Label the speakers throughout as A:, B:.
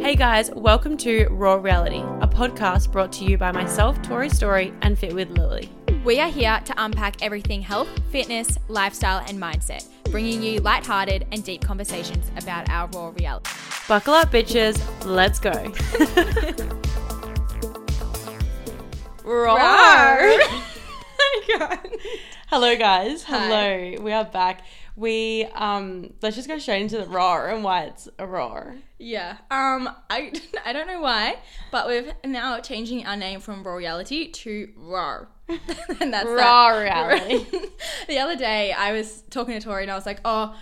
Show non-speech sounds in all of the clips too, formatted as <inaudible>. A: Hey guys, welcome to Raw Reality, a podcast brought to you by myself, Tori Story, and Fit with Lily.
B: We are here to unpack everything health, fitness, lifestyle, and mindset, bringing you lighthearted and deep conversations about our raw reality.
A: Buckle up, bitches. Let's
B: <laughs>
A: go. Roar. <laughs> Hello, guys.
B: Hi.
A: Hello. We are back. We um, let's just go straight into the roar and why it's a roar.
B: Yeah. Um. I <laughs> I don't know why, but we're now changing our name from raw reality to raw. <laughs> and that's
A: Raw
B: that.
A: reality.
B: <laughs> the other day, I was talking to Tori, and I was like, "Oh,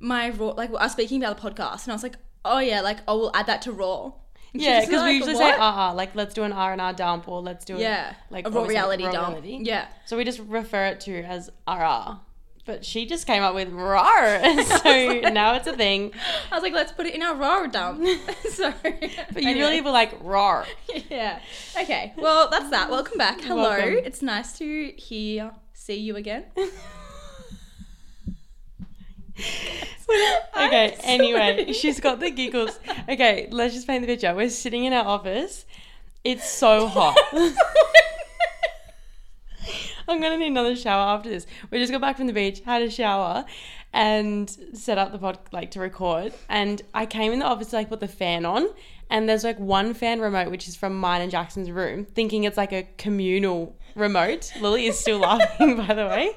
B: my raw." Like, I was speaking about the podcast, and I was like, "Oh yeah, like, oh, we'll add that to raw." And
A: <laughs>
B: she
A: Yeah,
B: just
A: because we
B: like,
A: usually
B: "What?"
A: say ah, ah, like let's do an R and R dump, or let's do
B: Yeah,
A: a, like
B: a raw
A: obviously,
B: reality dump.
A: reality.
B: Yeah.
A: So we just refer it to as RR. But she just came up with RAR. <laughs>
B: <laughs>
A: so now it's a thing.
B: I was like, let's put it in our raw
A: <laughs>
B: dump. <laughs> so,
A: But you really were like RAR.
B: yeah. Okay. Well, that's that. Welcome back. Hello.
A: Welcome.
B: It's nice to hear, see you again.
A: <laughs> Okay,
B: <laughs>
A: anyway, she's got the giggles. Okay, let's just paint the picture. We're sitting in our office. It's so hot. <laughs> I'm gonna need another shower after this. We just got back from the beach, had a shower, and set up the pod like to record. And I came in the office to like put the fan on, and there's like one fan remote which is from mine and Jackson's room, thinking it's like a communal remote. Lily is still <laughs> laughing, by the way.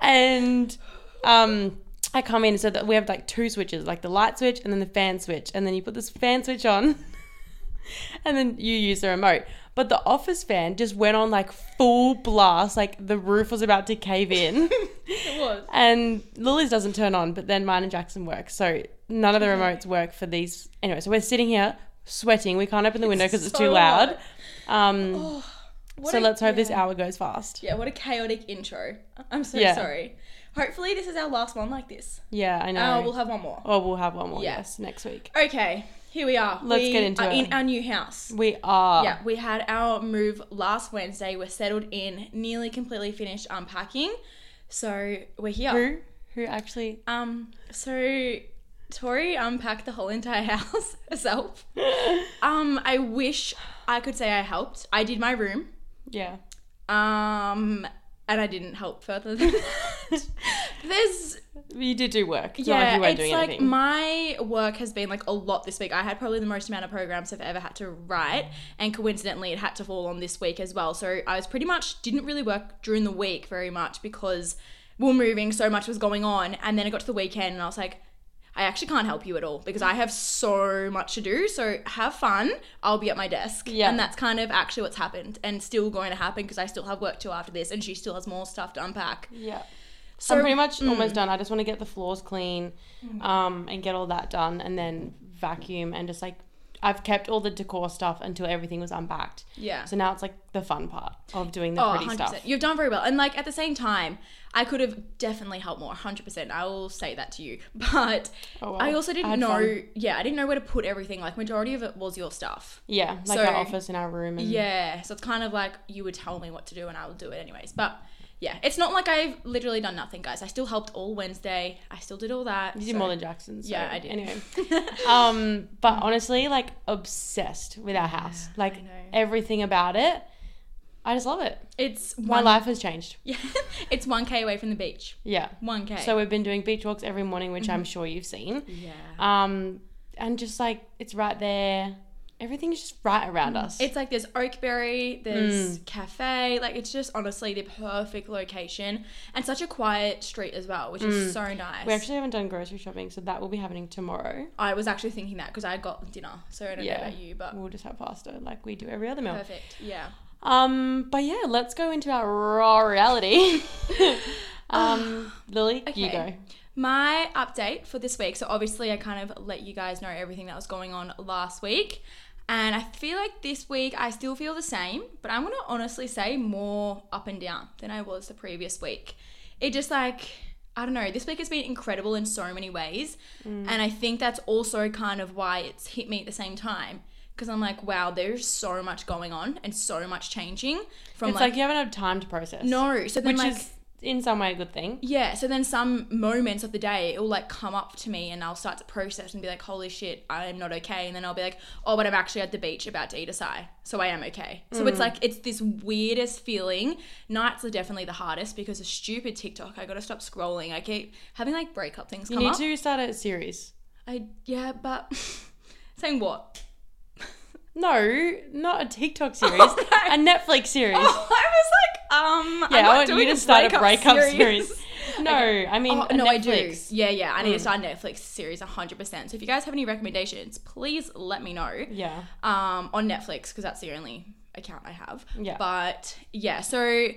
A: And um I come in so that we have like two switches, like the light switch and then the fan switch, and then you put this fan switch on and then you use the remote. But the office fan just went on like full blast, like the roof was about to cave
B: <laughs>
A: in.
B: <laughs> It was.
A: and Lily's doesn't turn on, but then mine and Jackson work. So none of the remotes work for these. Anyway, so we're sitting here sweating. We can't open the window because it's,
B: so
A: too loud.
B: loud.
A: Um,
B: What
A: so
B: a-
A: let's hope this
B: yeah.
A: hour goes fast.
B: Yeah, what a chaotic intro. I'm so
A: Yeah.
B: sorry. Hopefully, this is our last one like this.
A: Yeah, I know.
B: Uh, we'll have one more.
A: or we'll have one more,
B: Yeah.
A: yes, next week.
B: Okay. Here we are.
A: Let's
B: We
A: get into
B: are
A: it.
B: In our new house.
A: We are.
B: Yeah, we had our move last Wednesday. We're settled in, nearly completely finished unpacking. So we're here.
A: Who? Who actually?
B: Um, so Tori unpacked the whole entire <laughs> house herself. Um, I wish I could say I helped. I did my room.
A: yeah.
B: Um, and I didn't help further than <laughs> that. There's
A: You did do work. It's not like
B: yeah,
A: you weren't
B: it's
A: doing
B: like
A: anything.
B: my work has been like a lot this week. I had probably the most amount of programs I've ever had to write, and coincidentally, it had to fall on this week as well. So I was pretty much didn't really work during the week very much because we were moving, so much was going on, and then it got to the weekend, and I was like. I actually can't help you at all because I have so much to do. So have fun. I'll be at my desk.
A: Yeah.
B: And that's kind of actually what's happened and still going to happen because I still have work to after this and she still has more stuff to unpack.
A: yeah.
B: So mm.
A: I'm pretty much almost done. I just want to get the floors clean, um, and get all that done, and then vacuum and just like I've kept all the decor stuff until everything was unpacked.
B: Yeah.
A: So now it's like the fun part of doing the
B: Oh,
A: pretty
B: 100%.
A: stuff.
B: You've done very well. And like at the same time, I could have definitely helped more, 100%. I will say that to you. <laughs> But
A: Oh, well.
B: I also
A: I
B: didn't
A: had
B: know,
A: fun.
B: yeah, I didn't know where to put everything. Like majority of it was your stuff.
A: Yeah, like
B: So-
A: our office and our room. And,
B: Yeah, so it's kind of like you would tell me what to do and I would do it anyways. But yeah, it's not like I've literally done nothing, guys. I still helped all Wednesday. I still did all that.
A: You did
B: so-
A: more than Jackson. So
B: Yeah, I did. Mm.
A: Anyway, um, but honestly, like obsessed with our house, like
B: know.
A: everything about it. I just love it.
B: <laughs> It's
A: My
B: one,
A: life has changed.
B: Yeah, <laughs> it's 1K away from the beach.
A: Yeah.
B: 1K.
A: So we've been doing beach walks every morning, which
B: Mm-hmm.
A: I'm sure you've seen.
B: yeah.
A: Um, and just like it's right there. Everything's just right around us.
B: Mm. It's like there's Oakberry, there's
A: Mm.
B: cafe, like it's just honestly the perfect location and such a quiet street as well, which is so nice.
A: we Mm. actually haven't done grocery shopping, so that will be happening tomorrow.
B: I was actually thinking that because I got dinner, so I don't
A: Yeah.
B: know about you, but
A: We'll just have pasta like we do every other meal.
B: perfect. Yeah.
A: Um, but yeah, let's go into our raw
B: <laughs>
A: reality. <laughs> um, Lily, you go.
B: Ah, Okay. My update for this week. So obviously, I kind of let you guys know everything that was going on last week, and I feel like this week I still feel the same, but I'm gonna honestly say more up and down than I was the previous week. It just like I don't know. This week has been incredible in so many ways,
A: Mm.
B: and I think that's also kind of why it's hit me at the same time because I'm like, wow, there's so much going on and so much changing from
A: It's like, you haven't had time to process.
B: no, so then
A: Which
B: like
A: is in some way a good thing.
B: Yeah, so then some moments of the day it will like come up to me and I'll start to process and be like, holy shit, I'm not okay. And then I'll be like, oh, but I'm actually at the beach about to eat a sigh. So I am okay. So
A: Mm.
B: it's like, it's this weirdest feeling. Nights are definitely the hardest because of stupid TikTok. I gotta stop scrolling. I keep having like breakup things
A: You
B: come
A: need
B: up.
A: to start a series.
B: I, yeah, but <laughs> saying what? <laughs>
A: No, not a TikTok series,
B: Oh, no.
A: a Netflix
B: <laughs>
A: series.
B: Oh, I was like, um, I'm
A: yeah,
B: not
A: I want you
B: doing
A: to start a breakup series.
B: <laughs>
A: No, I mean,
B: Oh,
A: a
B: no,
A: Netflix.
B: I do. Mm. Yeah, yeah. I need to start a Netflix series 100%. So if you guys have any recommendations, please let me know
A: Yeah.
B: um, on Netflix because that's the only account I have.
A: Yeah.
B: But yeah, so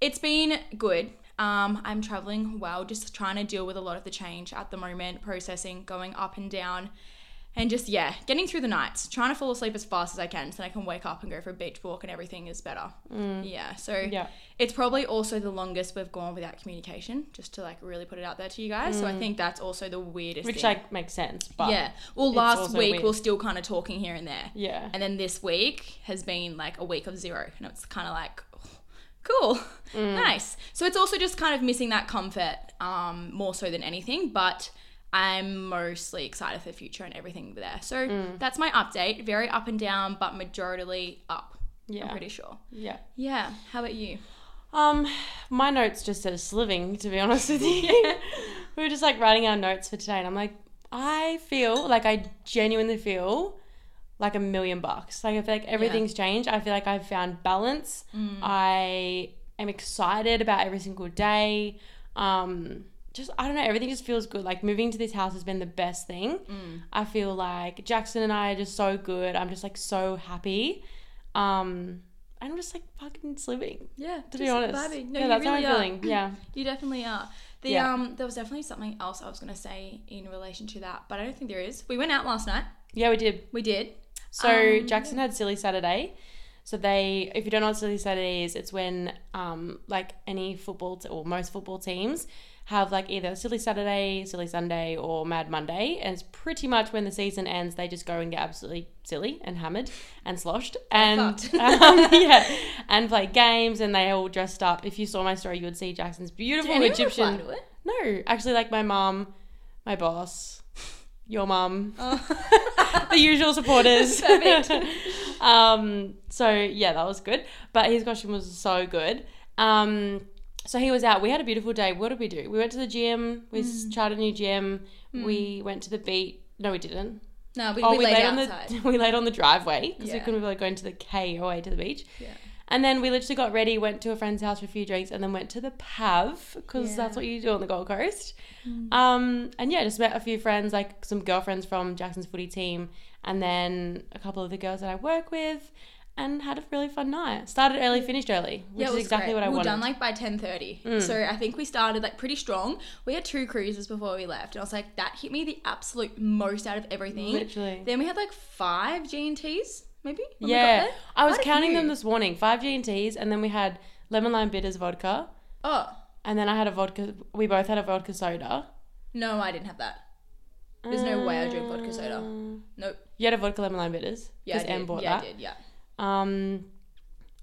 B: it's been good. Um, I'm traveling well, just trying to deal with a lot of the change at the moment, processing, going up and down, and just, yeah, getting through the nights, trying to fall asleep as fast as I can so then I can wake up and go for a beach walk and everything is better. Yeah. So
A: Mm. Yeah.
B: it's probably also the longest we've gone without communication, just to like really put it out there to you guys. So I think that's also the weirdest
A: Mm. Which,
B: thing.
A: like, makes sense. But
B: yeah. Well,
A: it's
B: last
A: also
B: week
A: weird.
B: we're still kind of talking here and there.
A: Yeah.
B: And then this week has been like a week of zero, and it's kind of like, "Oh, cool,
A: Mm.
B: nice. So it's also just kind of missing that comfort um, more so than anything, but I'm mostly excited for the future and everything there. So
A: Mm.
B: that's my update. Very up and down, but majorly up. I'm
A: Yeah.
B: pretty sure.
A: Yeah.
B: Yeah. How about you?
A: Um, my notes just says sliving, to be honest with you. we were just like writing our notes for today, and I'm like, I feel like I genuinely feel like a million bucks. Like I feel like everything's changed. I feel like I've found balance. I am excited about every single day. Um, just I don't know, everything just feels good. Like moving to this house has been the best thing. I feel like Jackson and I are just so good. I'm just like so happy. Um, and I'm just like fucking sliving
B: Yeah.
A: to be honest.
B: No,
A: yeah,
B: you
A: that's
B: really
A: how I'm
B: are.
A: feeling. Yeah.
B: You definitely are. The
A: Yeah.
B: um, there was definitely something else I was gonna say in relation to that, but I don't think there is. We went out last night.
A: Yeah, we did.
B: We did.
A: So
B: Um,
A: Jackson had Silly Saturday. So they, if you don't know what Silly Saturday is, it's when um like any football t- or most football teams have like either Silly Saturday, Silly Sunday, or Mad Monday, and it's pretty much when the season ends, they just go and get absolutely silly and hammered and sloshed and <laughs>
B: fucked.
A: um, yeah, and play games, and they all dressed up. If you saw my story, you would see Jackson's beautiful
B: anyone
A: Egyptian.
B: reply to it?
A: No, actually, like my mom, my boss, your mum,
B: Oh.
A: <laughs> the usual supporters.
B: <laughs> Perfect.
A: <laughs> um, so yeah, that was good. But his costume was so good. Um, so he was out. We had a beautiful day. What did we do? We went to the gym. We s
B: Mm.
A: tried a new gym. We went to the beach. No, we didn't.
B: no, we,
A: Oh,
B: we,
A: we,
B: laid,
A: laid
B: outside.
A: on the <laughs> we laid on the driveway because we
B: Yeah.
A: couldn't really go into the K away to the beach.
B: yeah.
A: And then we literally got ready, went to a friend's house for a few drinks, and then went to the Pav because
B: Yeah. Mm.
A: that's what you do on the Gold Coast. Um, and yeah, just met a few friends, like some girlfriends from Jackson's footy team, and then a couple of the girls that I work with, and had a really fun night. Started early, finished early, which
B: Mm. it
A: is
B: was
A: exactly
B: great.
A: what I
B: we were
A: wanted. Mm.
B: done like by ten thirty. So I think we started like pretty strong. We had two cruises before we left, and I was like, that hit me the absolute most out of everything.
A: Literally.
B: Then we had like five G and Ts, maybe. when we got
A: yeah,
B: there.
A: I was
B: Quite a
A: counting them
B: few.
A: this morning. Five G and Ts, and then we had lemon lime bitters vodka,
B: Oh
A: and then I had a vodka. We both had a vodka soda.
B: no, I didn't have that. There's no way I drink vodka soda. Nope.
A: Uh, You had a vodka lemon lime bitters.
B: Yeah, I
A: 'cause Em
B: did.
A: bought
B: yeah,
A: that.
B: I did. Yeah.
A: Um,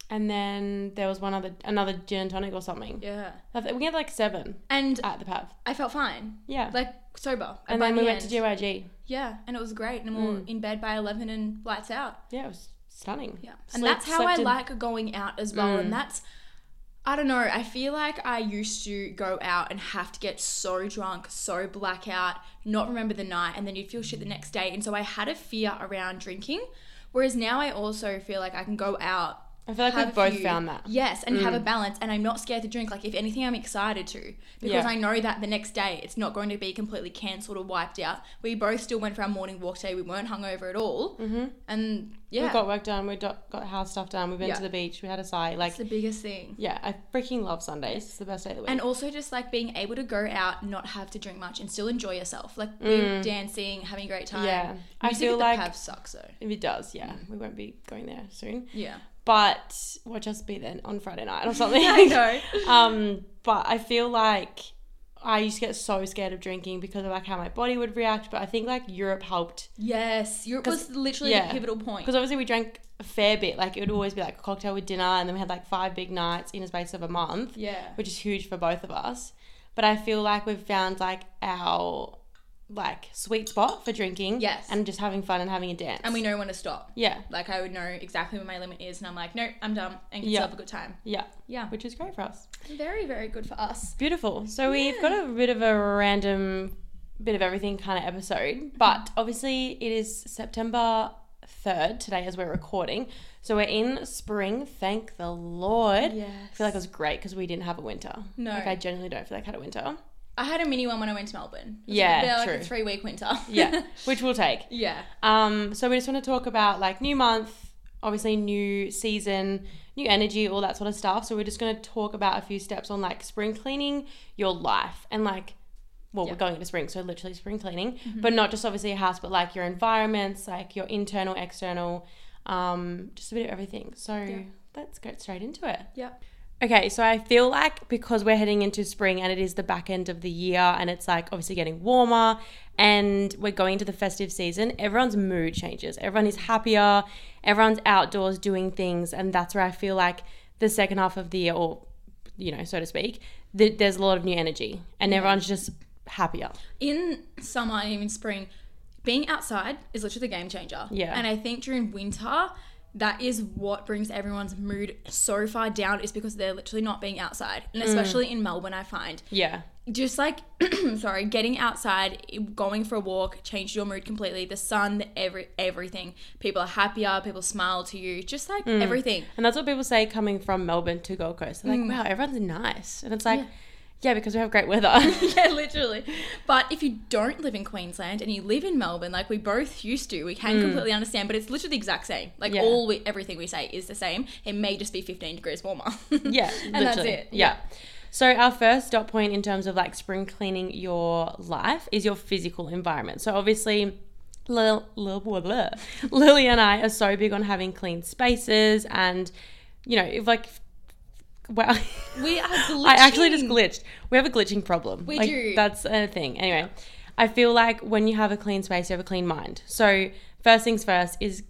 A: and then there was one other another gin and tonic or something.
B: Yeah.
A: I think We had like seven
B: And
A: at the pub.
B: I felt fine,
A: Yeah.
B: like sober.
A: Uh, and
B: by
A: then we
B: the
A: went to Mm.
B: end.
A: GYG.
B: Yeah, and it was great. And we were in bed by 11 and lights out.
A: Yeah, it was stunning.
B: Yeah. And
A: Sleep-
B: that's how
A: slept
B: I
A: in- Mm.
B: like going out as well. And that's, I don't know, I feel like I used to go out and have to get so drunk, so blackout, not remember the night, and then you'd feel shit the next day. And so I had a fear around drinking. Whereas now I also feel like I can go out.
A: I feel like
B: have
A: we
B: a
A: both
B: few-
A: found that. Mm.
B: Yes, and have a balance. And I'm not scared to drink. Like, if anything, I'm excited to because
A: Yeah.
B: I know that the next day it's not going to be completely cancelled or wiped out. We both still went for our morning walk today. We weren't hungover at all. Mm-hmm. And yeah,
A: We got work done. We do- got house stuff done. We went
B: Yeah.
A: to the beach. We had a sigh. Like,
B: it's the biggest thing.
A: yeah, I freaking love Sundays. It's the best day of the week.
B: And also just like being able to go out, not have to drink much, and still enjoy yourself. Like we were dancing, having a great time.
A: Mm. Yeah.
B: Music
A: I feel
B: at the
A: like-
B: Pav sucks though.
A: if it does, yeah,
B: Mm.
A: we won't be going there soon. <laughs>
B: <laughs> Yeah,
A: But
B: <laughs>
A: watch us be then on Friday night or something.
B: I know.
A: um, but I feel like I used to get so scared of drinking because of like how my body would react, but I think like Europe helped
B: Yes, Europe
A: 'Cause-
B: was literally
A: yeah.
B: the pivotal point.
A: because obviously we drank a fair bit. Like it would always be like a cocktail with dinner, and then we had like five big nights in a space of a month,
B: Yeah.
A: which is huge for both of us. But I feel like we've found like our like sweet spot for drinking,
B: Yes.
A: and just having fun and having a dance.
B: And we know when to stop.
A: yeah,
B: Like I would know exactly where my limit is, and I'm like, nope, I'm done, and can
A: Yeah.
B: still have a good time.
A: yeah,
B: Yeah,
A: which is great for us.
B: very very good for us.
A: Beautiful. So we've
B: Yeah.
A: got a bit of a random, bit of everything kind of episode,
B: Mm-hmm.
A: but obviously it is September 3rd today as we're recording. So we're in spring, thank the Lord. I feel like it was great because we didn't have a winter.
B: No.
A: Like I genuinely don't feel like I had a winter.
B: I had a mini one when I went to Melbourne. It was
A: Yeah,
B: like, a- like
A: true.
B: a three week winter.
A: Yeah, <laughs> which we'll take.
B: <laughs> yeah,
A: Um, so we just want to talk about like new month, obviously new season, new energy, all that sort of stuff. So we're just going to talk about a few steps on like spring cleaning your life and like, well,
B: Yeah. Mm-hmm.
A: we're going into spring, so literally spring cleaning, but not just obviously your house, but like your environments, like your internal, external, um, just a bit of everything. So
B: Yeah.
A: let's get straight into it.
B: Yep.
A: Okay, so I feel like because we're heading into spring and it is the back end of the year and it's like obviously getting warmer and we're going into the festive season, everyone's mood changes. Everyone is happier, everyone's outdoors doing things, and that's where I feel like the second half of the year, or you know, so to speak, th- there's a lot of new energy and everyone's just happier.
B: in summer and even spring, being outside is literally the game changer.
A: Yeah.
B: And I think during winter, that is what brings everyone's mood so far down is because they're literally not being outside. And especially in Melbourne, I find
A: Yeah,
B: just like <clears throat> sorry getting outside going for a walk changed your mood completely the sun the every everything people are happier people smile to you just like everything
A: and that's what people say coming from Melbourne to Gold Coast. They're like, wow, everyone's nice, and it's like, Mm. yeah, because we have great <laughs> weather.
B: <laughs> yeah literally but if you don't live in queensland and you live in melbourne like we both used to we can completely understand but it's literally the exact same like
A: Hmm. Yeah.
B: all we, everything we say is the same it may just be 15 degrees warmer <laughs>
A: <laughs> Yeah,
B: and that's
A: literally.
B: it
A: Yeah. So our first dot point in terms of like spring cleaning your life is your physical environment. So obviously. Lil, Lil, blah, blah. <laughs> Lily and I are so big on having clean spaces, and you know, if like, <laughs> wow,
B: we are glitching.
A: I actually just glitched. We have a glitching problem.
B: We
A: Like,
B: do.
A: That's a thing. Anyway, I feel like when you have a clean space, you have a clean mind. So first things first is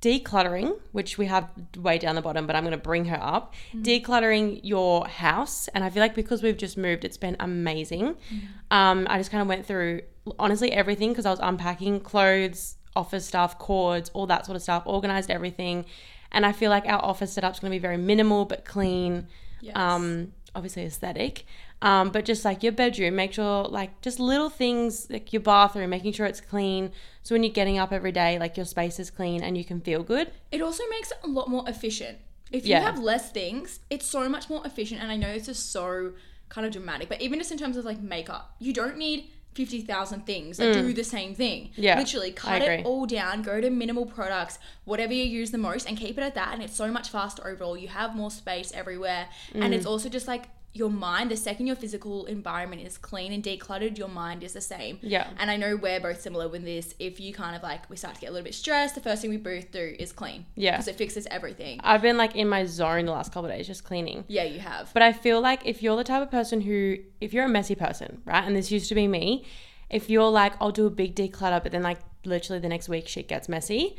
A: decluttering, which we have way down the bottom, but I'm going to bring her up.
B: Mm.
A: Decluttering your house, and I feel like because we've just moved, it's been amazing.
B: Mm.
A: Um, I just kind of went through honestly everything because I was unpacking clothes, office stuff, cords, all that sort of stuff, organized everything. And I feel like our office setup's going to be very minimal but clean
B: Yes.
A: um obviously aesthetic um but just like your bedroom make sure like just little things like your bathroom making sure it's clean so when you're getting up every day like your space is clean and you can feel good
B: It also makes it a lot more efficient. If
A: Yeah.
B: you have less things, it's so much more efficient. And I know this is so kind of dramatic, but even just in terms of like makeup, you don't need 50,000 things that do the same thing.
A: Mm. Yeah,
B: Literally cut
A: agree.
B: it all down, go to minimal products, whatever you use the most, and keep it at that. And it's so much faster overall. You have more space everywhere. And
A: Mm.
B: it's also just like, your mind, the second your physical environment is clean and decluttered, your mind is the same.
A: Yeah.
B: And I know we're both similar with this. If you kind of like, we start to get a little bit stressed, the first thing we both do is clean.
A: Yeah.
B: Because it fixes everything.
A: i've been like in my zone the last couple of days just cleaning
B: yeah, you have.
A: But I feel like if you're the type of person who, if you're a messy person, right, and this used to be me, if you're like, I'll do a big declutter, but then like literally the next week shit gets messy,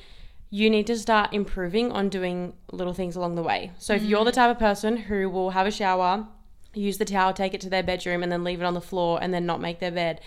A: you need to start improving on doing little things along the way. So if
B: Mm.
A: you're the type of person who will have a shower, use the towel, take it to their bedroom, and then leave it on the floor and then not make their bed,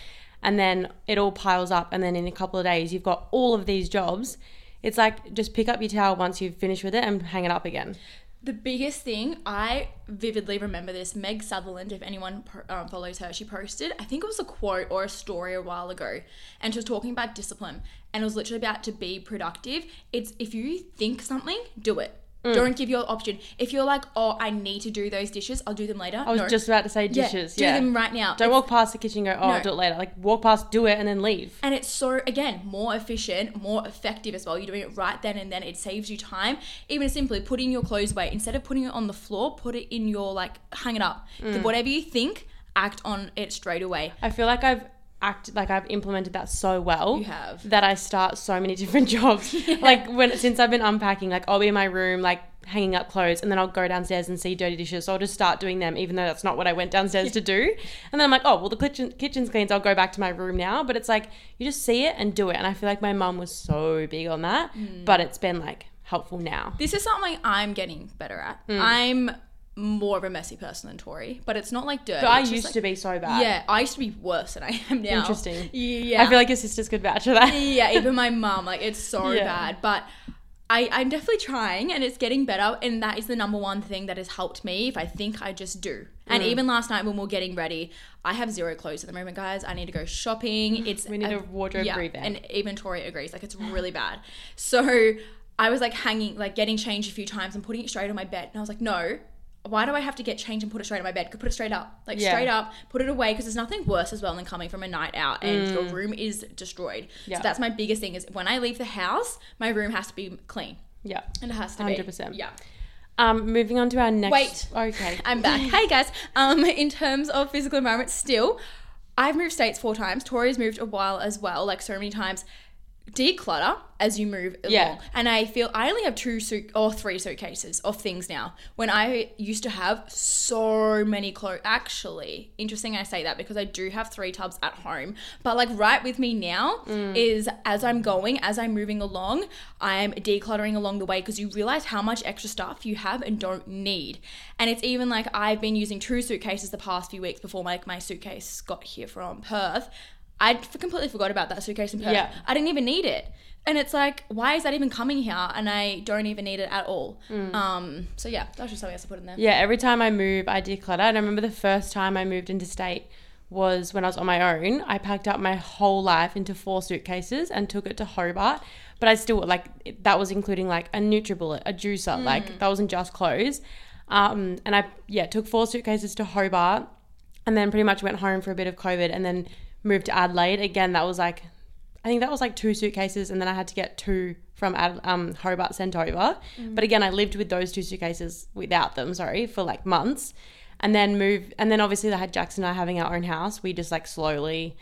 A: and then it all piles up, and then in a couple of days, you've got all of these jobs. It's like just pick up your towel once you've finished with it and hang it up again.
B: The biggest thing, I vividly remember this. Meg Sutherland, if anyone po- um, follows her, she posted, I think it was a quote or a story a while ago, and she was talking about discipline. And it was literally about to be productive. It's if you think something, do it. Don't give your option. If you're like, oh, I need to do those dishes, I'll do them later.
A: I was just about to say dishes.
B: do
A: Yeah,
B: them right now.
A: Don't walk past the kitchen and go, oh, I'll
B: No.
A: do it later. Like, walk past, do it, and then leave.
B: And it's so, again, more efficient, more effective as well. You're doing it right then and then. It saves you time. Even simply putting your clothes away, instead of putting it on the floor, put it
A: Mm.
B: in your, like, hang it up. Whatever you think, act on it straight away.
A: I feel like I've act like I've implemented that so well
B: You have.
A: that I start so many <laughs> different jobs. Like when since I've been unpacking, like I'll be in my room like hanging up clothes and then I'll go downstairs and see dirty dishes. So I'll just start doing them even though that's not what I went downstairs to do. And then I'm like, oh well the kitchen kitchen's clean, so I'll go back to my room now. But it's like you just see it and do it. And I feel like my mum was so big on that. But it's been like helpful now.
B: This is something I'm getting better at.
A: Mm.
B: I'm more of a messy person than Tori, but it's not like dirty.
A: But I
B: it's just,
A: used
B: like-
A: to be so bad.
B: Yeah, I used to be worse than I am now.
A: Interesting.
B: Yeah.
A: I feel like your sisters could vouch for that.
B: <laughs> yeah, even my mum, like it's so
A: Yeah.
B: bad. But I, I'm definitely trying and it's getting better. And that is the number one thing that has helped me if I think I just do. And
A: Mm.
B: even last night when we are getting ready, I have zero clothes at the moment, guys. I need to
A: <gasps>
B: go shopping. It's
A: We need a wardrobe revamp.
B: And even Tori agrees, like
A: <sighs>
B: it's really bad. So I was like hanging, like getting changed a few times and putting it straight on my bed. And I was like, no. Why do I have to get changed and put it straight on my bed? Could put it straight up, like
A: Yeah.
B: straight up, put it away because there's nothing worse as well than coming from a night out and your room is destroyed.
A: Mm. Yeah.
B: So that's my biggest thing is when I leave the house, my room has to be clean.
A: <laughs> Yeah.
B: And it has to be.
A: 100%.
B: Yeah.
A: Um, moving on to our next. Okay. <laughs>
B: I'm back. hey guys. Um, in terms of physical environment, still, I've moved states four times. Tori's moved a while as well, like so many times. Declutter as you move along.
A: Yeah.
B: And I feel I only have two suit or three suitcases of things now. When I used to have so many clothes. Actually, interesting I say that because I do have three tubs at home. But like right with me now is as I'm going, as I'm moving along, I'm decluttering along the way because you realize how much extra stuff you have and don't need. And it's even like I've been using two suitcases the past few weeks before like my suitcase got here from Perth. I f- completely forgot about that suitcase in Perth.
A: Yeah.
B: I didn't even need it. And it's like, why is that even coming here? And I don't even need it at all. Um, so yeah, that's just something else to put in there.
A: Mm. Yeah, every time I move, I declutter. And I remember the first time I moved into state was when I was on my own. I packed up my whole life into four suitcases and took it to Hobart. But I still like it- that was including like a NutriBullet, a juicer, like that wasn't just clothes. Um, and I yeah took four suitcases to Hobart, and then pretty much went home for a bit of COVID, and then moved to Adelaide. Again, that was like I think that was like two suitcases, and then I had to get two from Ad- um, Hobart sent over. But again, I lived with those two suitcases without them, sorry, for like months, and then moved. And then obviously, I had Jackson and I having our own house. We just like slowly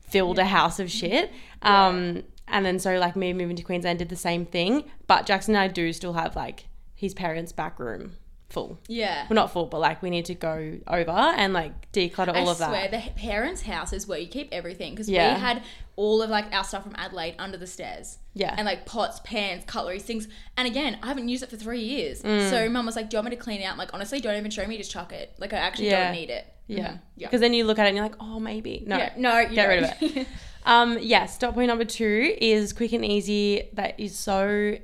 A: filled a house of shit. Um, And then so like me moving to Queensland did the same thing. But Jackson and I do still have like his parents' back room full.
B: Yeah.
A: Well, not full, but like we need to go over and like declutter all
B: I
A: of that.
B: swear, the h- parents' house is where you keep everything because
A: Yeah.
B: we had all of like our stuff from Adelaide under the stairs.
A: Yeah.
B: and like pots, pans, cutlery, things. And again, I haven't used it for three years. So
A: Mm.
B: mum was like, "Do you want me to clean it out?" I'm like, honestly, don't even show me. Just chuck it. Like I actually
A: Yeah.
B: don't need it.
A: Yeah.
B: Mhm.
A: Because
B: Yeah.
A: then you look at it and you're like, oh, maybe. No.
B: Yeah. No, you
A: Get rid
B: <laughs> don't.
A: of it. Um, yeah. Stop point number two is quick and easy. That is so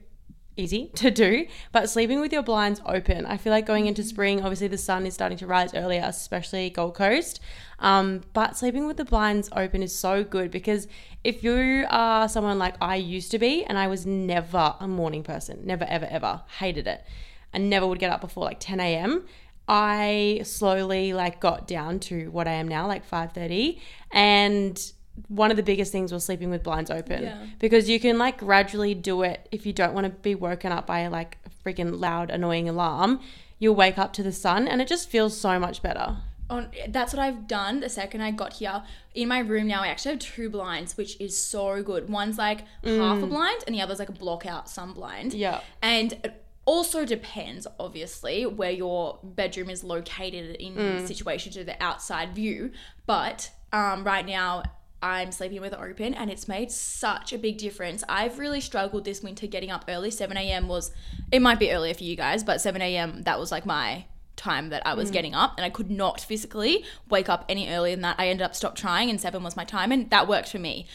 A: easy <laughs> to do, but sleeping with your blinds open. I feel like going into spring, obviously the sun is starting to rise earlier, especially Gold Coast. Um, but sleeping with the blinds open is so good because if you are someone like I used to be, and I was never a morning person, never, ever, ever, hated it, and never would get up before like 10 a.m. I slowly like got down to what I am now, like 5:30, and one of the biggest things was sleeping with blinds open
B: Yeah.
A: because you can like gradually do it if you don't want to be woken up by like a freaking loud annoying alarm. You'll wake up to the sun and it just feels so much better.
B: on that's what I've done the second I got here. In my room now I actually have two blinds, which is so good. One's like half a blind and the other's like a block out sun blind.
A: Yeah.
B: And it also depends, obviously, where your bedroom is located in situation to the outside view. But um, right now I'm sleeping with it open and it's made such a big difference. I've really struggled this winter getting up early. 7 a.m. was, it might be earlier for you guys, but 7 a.m. that was like my time that I was getting up and I could not physically wake up any earlier than that. I ended up stop trying and 7 was my time and that worked for me.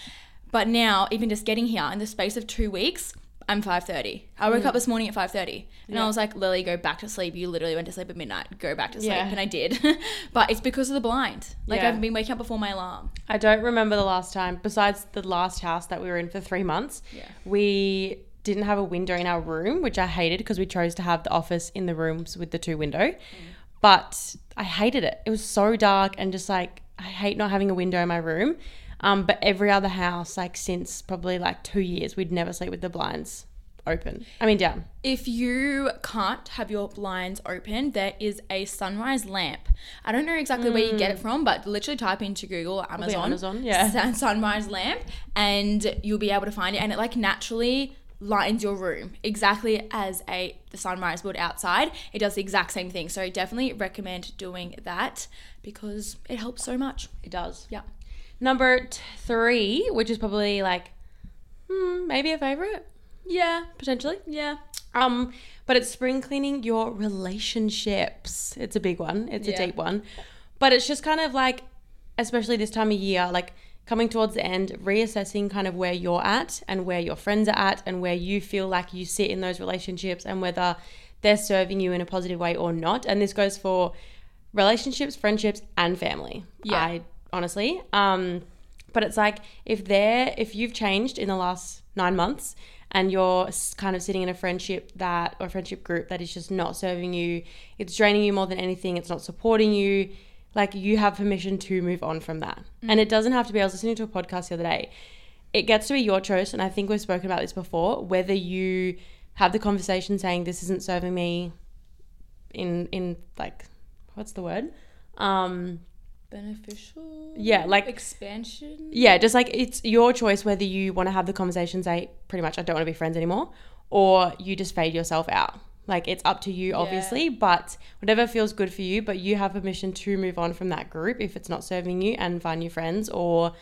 B: But now even just getting here in the space of 2 weeks, I'm 5:30. I woke
A: Mm.
B: up this morning at 5:30 and I was like, "Lily, go back to sleep. You literally went to sleep at midnight. Go back to sleep."
A: Yeah.
B: And I did. <laughs> but it's because of the blind. Like
A: Yeah.
B: I've been waking up before my alarm.
A: I don't remember the last time, besides the last house that we were in for three months,
B: Yeah.
A: we didn't have a window in our room, which I hated because we chose to have the office in the rooms with the two window. But I hated it. It was so dark and just like, I hate not having a window in my room. Um, but every other house, like since probably like two years, we'd never sleep with the blinds open. I mean, down.
B: If you can't have your blinds open, there is a sunrise lamp. I don't know exactly where you get it from, but literally type into Google, Amazon,
A: Hmm. Amazon, yeah.
B: sun- <laughs> sunrise lamp, and you'll be able to find it. And it like naturally lightens your room exactly as a the sunrise would outside. It does the exact same thing. So I definitely recommend doing that because it helps so much.
A: It does.
B: Yeah.
A: Number t- three, which is probably like, hmm, maybe a favorite,
B: Yeah.
A: potentially.
B: Yeah.
A: Um, but it's spring cleaning your relationships. It's a big one. It's
B: Yeah.
A: a deep one. But it's just kind of like, especially this time of year, like coming towards the end, reassessing kind of where you're at and where your friends are at and where you feel like you sit in those relationships and whether they're serving you in a positive way or not. And this goes for relationships, friendships, and family.
B: Yeah.
A: I honestly. Um, but it's like if they're if you've changed in the last nine months and you're s- kind of sitting in a friendship that or friendship group that is just not serving you, it's draining you more than anything. It's not supporting you. Like you have permission to move on from that, and it doesn't have to be. I was listening to a podcast the other day. It gets to be your choice, and I think we've spoken about this before. Whether you have the conversation saying this isn't serving me, in in like what's the word um
B: Beneficial.
A: Yeah, like-
B: expansion.
A: yeah just like it's your choice whether you want to have the conversation say pretty much i don't want to be friends anymore or you just fade yourself out like it's up to you obviously but whatever feels good for you but you have permission to move on from that group if it's not serving you and find new friends or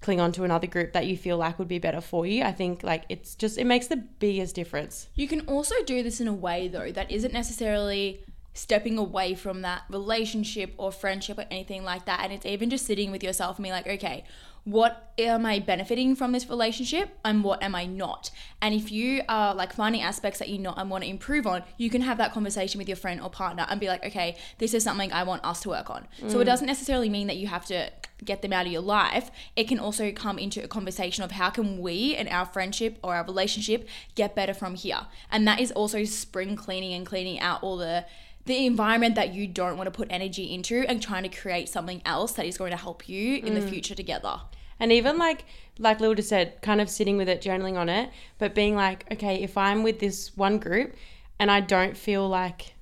A: cling on to another group that you feel like would be better for you i think like it's just it makes the biggest difference
B: You can also do this in a way though that isn't necessarily stepping away from that relationship or friendship or anything like that. And it's even just sitting with yourself and being like, okay, what am I benefiting from this relationship and what am I not? And if you are like finding aspects that you not and want to improve on, you can have that conversation with your friend or partner and be like, okay, this is something I want us to work on. So it doesn't necessarily mean that you have to get them out of your life, it can also come into a conversation of how can we and our friendship or our relationship get better from here. And that is also spring cleaning and cleaning out all the the environment that you don't want to put energy into and trying to create something else that is going to help you in the future together.
A: And even like like Lil just said, kind of sitting with it, journaling on it, but being like, okay, if I'm with this one group and I don't feel like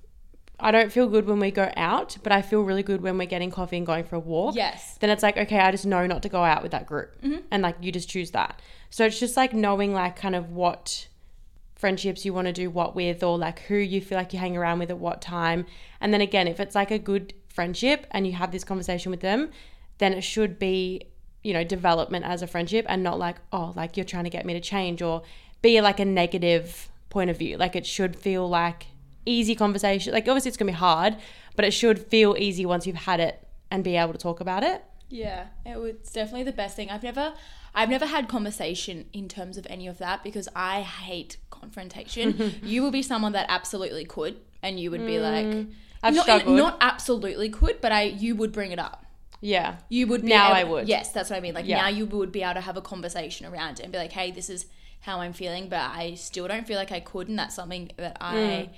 A: I don't feel good when we go out, but I feel really good when we're getting coffee and going for a walk.
B: Yes.
A: Then it's like, okay, I just know not to go out with that group. And like you just choose that. So it's just like knowing like kind of what friendships you want to do what with or like who you feel like you hang around with at what time. And then again, if it's like a good friendship and you have this conversation with them, then it should be, you know, development as a friendship and not like, oh, like you're trying to get me to change or be like a negative point of view. Like it should feel like easy conversation. Like obviously it's going to be hard, but it should feel easy once you've had it and be able to talk about it.
B: Yeah, it was it's definitely the best thing. I've never, I've never had conversation in terms of any of that because I hate
A: <laughs>
B: confrontation. you will be someone that absolutely could, and you would be like,
A: Mm, I've
B: not,
A: struggled.
B: not absolutely could, but I, you would bring it up.
A: Yeah.
B: You would be
A: Now
B: able-
A: I would.
B: Yes, that's what I mean. Like
A: Yeah.
B: now you would be able to have a conversation around it and be like, hey, this is how I'm feeling, but I still don't feel like I could, and that's something that I.
A: Mm.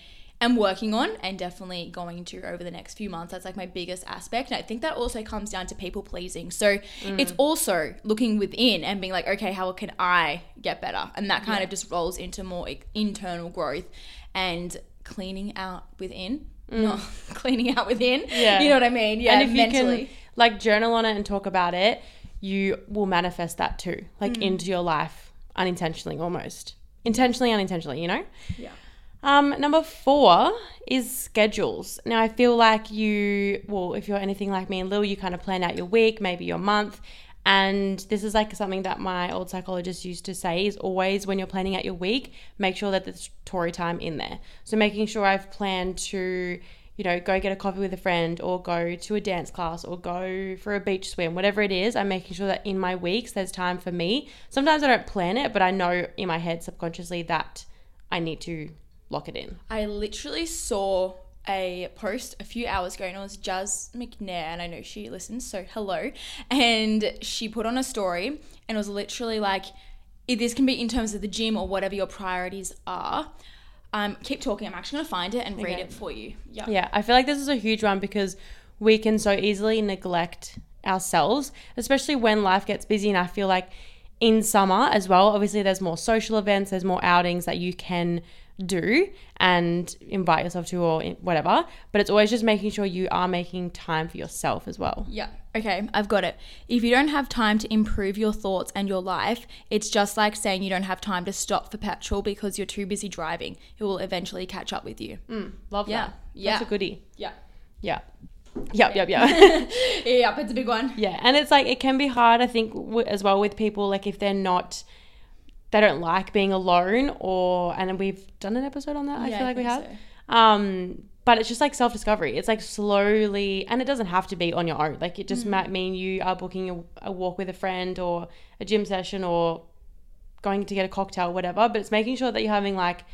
B: am working on and definitely going to over the next few months. That's like my biggest aspect. And I think that also comes down to people pleasing. So
A: Mm.
B: it's also looking within and being like, okay, how can I get better? And that kind of just rolls into more i- internal growth and cleaning out within. Not <laughs> cleaning out within.
A: Mm. Yeah.
B: You know what I mean? Yeah.
A: and if
B: mentally.
A: you can like journal on it and talk about it, you will manifest that too, like into your life unintentionally almost. Intentionally, unintentionally, you know?
B: Yeah.
A: Um, number four is schedules. Now, I feel like you, well, if you're anything like me and Lil, you kind of plan out your week, maybe your month. And this is like something that my old psychologist used to say is always when you're planning out your week, make sure that there's Tory time in there. So making sure I've planned to, you know, go get a coffee with a friend or go to a dance class or go for a beach swim, whatever it is, I'm making sure that in my weeks there's time for me. Sometimes I don't plan it, but I know in my head subconsciously that I need to lock it in.
B: I literally saw a post a few hours ago and it was Jazz McNair and I know she listens, so hello. And she put on a story and it was literally like i- this can be in terms of the gym or whatever your priorities are. Um, keep talking. I'm actually gonna find it and read
A: Okay.
B: it for you. Yeah.
A: Yeah, I feel like this is a huge one because we can so easily neglect ourselves, especially when life gets busy. And I feel like in summer as well, obviously there's more social events, there's more outings that you can do and invite yourself to or in- whatever. But it's always just making sure you are making time for yourself as well.
B: Yeah. Okay, I've got it. If you don't have time to improve your thoughts and your life, it's just like saying you don't have time to stop for petrol because you're too busy driving. It will eventually catch up with you.
A: Love
B: Yeah.
A: that.
B: Yeah.
A: That's a goodie.
B: Yeah.
A: Yeah. Yep, yep, yep.
B: Yep, it's a big one.
A: yeah, and it's like it can be hard, I think, w- as well with people like if they're not, they don't like being alone, or and we've done an episode on that. I
B: Yeah, I
A: feel like we have.
B: think
A: Um, but it's just like self discovery. It's like slowly, and it doesn't have to be on your own. Like it just
B: Mm.
A: might mean you are booking a, a walk with a friend or a gym session or going to get a cocktail, whatever. But it's making sure that you're having like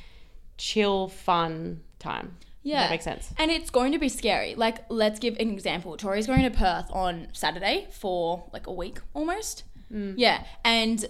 A: chill, fun time. If
B: Yeah.
A: that makes sense.
B: And it's going to be scary. Like, let's give an example. Tori's going to Perth on Saturday for like a week almost.
A: Mm.
B: Yeah. And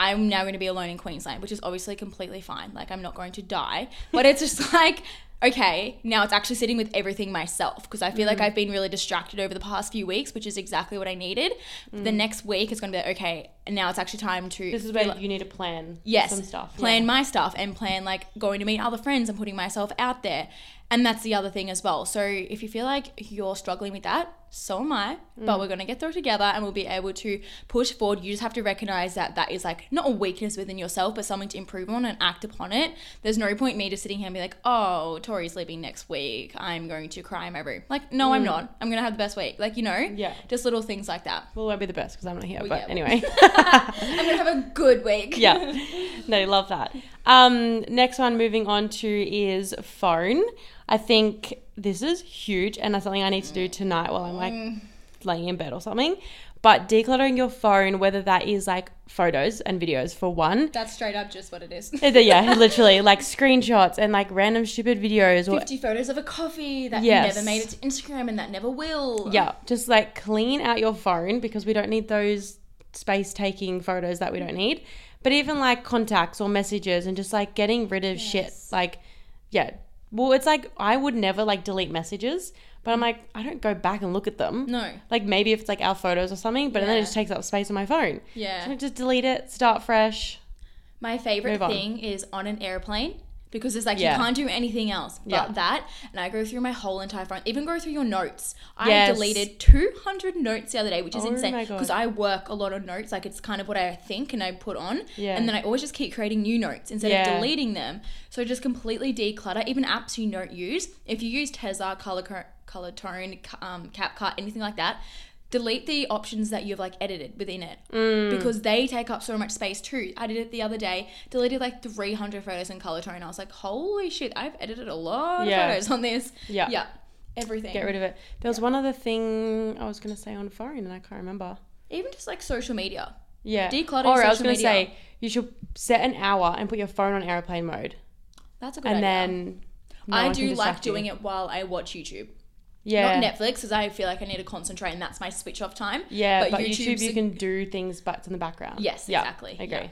B: I'm now going to be alone in Queensland, which is obviously completely fine. Like, I'm not going to die. But it's just <laughs> like, okay, now it's actually sitting with everything myself because I feel
A: Mm.
B: like I've been really distracted over the past few weeks, which is exactly what I needed. The next week, it's going to be like, okay, now it's actually time to.
A: Mm. This is where
B: feel-
A: you need to plan
B: yes,
A: some stuff.
B: Plan my stuff and plan like going to meet other friends and putting myself out there. And that's the other thing as well. So if you feel like you're struggling with that, so am I.
A: Mm.
B: But we're gonna get through it together and we'll be able to push forward. You just have to recognize that that is like not a weakness within yourself, but something to improve on and act upon it. There's no point me just sitting here and be like, oh, Tori's leaving next week. I'm going to cry in my room. Like, no, I'm not. I'm gonna have the best week. Like, you know,
A: Mm. Yeah.
B: just little things like that.
A: Well, it won't be the best because I'm not here. but
B: yeah.
A: anyway,
B: <laughs> I'm gonna have a good week.
A: yeah, no, love that. Um, next one, moving on to is phone. I think this is huge, and that's something I need to do tonight while I'm like laying in bed or something. But decluttering your phone, whether that is like photos and videos for one,
B: That's straight up just what it is. <laughs>
A: yeah, <laughs> literally like screenshots and like random stupid videos or
B: 50 photos of a coffee that
A: Yes.
B: never made it to Instagram and that never will.
A: Yeah, just like clean out your phone because we don't need those space taking photos that we don't need. But even like contacts or messages and just like getting rid of shit.
B: Yes.
A: Like, yeah. Well, it's like I would never like delete messages, but I'm like, I don't go back and look at them.
B: No.
A: Like maybe if it's like our photos or something, but then it
B: Yeah.
A: just takes up space on my phone. So I
B: Yeah.
A: just delete it, start fresh.
B: My
A: Move
B: favorite
A: on.
B: thing is on an airplane because it's like
A: Yeah.
B: you can't do anything else but
A: Yeah.
B: that. And I go through my whole entire phone, even go through your notes. I
A: Yes.
B: deleted 200 notes the other day, which is
A: Oh
B: insane
A: my God.
B: because I work a lot on notes. Like it's kind of what I think and I put on.
A: Yeah.
B: And then I always just keep creating new notes instead
A: Yeah.
B: of deleting them. So just completely declutter, even apps you don't use. If you use Tezza, Color, Cor- Color Tone, um, CapCut, anything like that, delete the options that you've like edited within it
A: Mm.
B: because they take up so much space too. I did it the other day, deleted like 300 photos in Color Tone. I was like, holy shit, I've edited a lot
A: Yeah.
B: of photos on this.
A: Yeah.
B: Yeah. Everything.
A: Get rid of it. There was one other thing I was going to say on phone and I can't remember.
B: even just like social media.
A: Yeah.
B: Declutter
A: Or
B: your
A: I was
B: social
A: going to
B: media.
A: say, you should set an hour and put your phone on airplane mode.
B: That's a good
A: and
B: idea.
A: then no
B: I
A: one can
B: do like
A: distract you.
B: doing it while I watch YouTube.
A: Yeah,
B: Not Netflix, because I feel like I need to concentrate and that's my switch off time.
A: yeah, but, YouTube
B: YouTube's
A: you
B: a-
A: can do things, but it's in the background.
B: Yes,
A: Yeah,
B: exactly.
A: I
B: Yeah.
A: agree.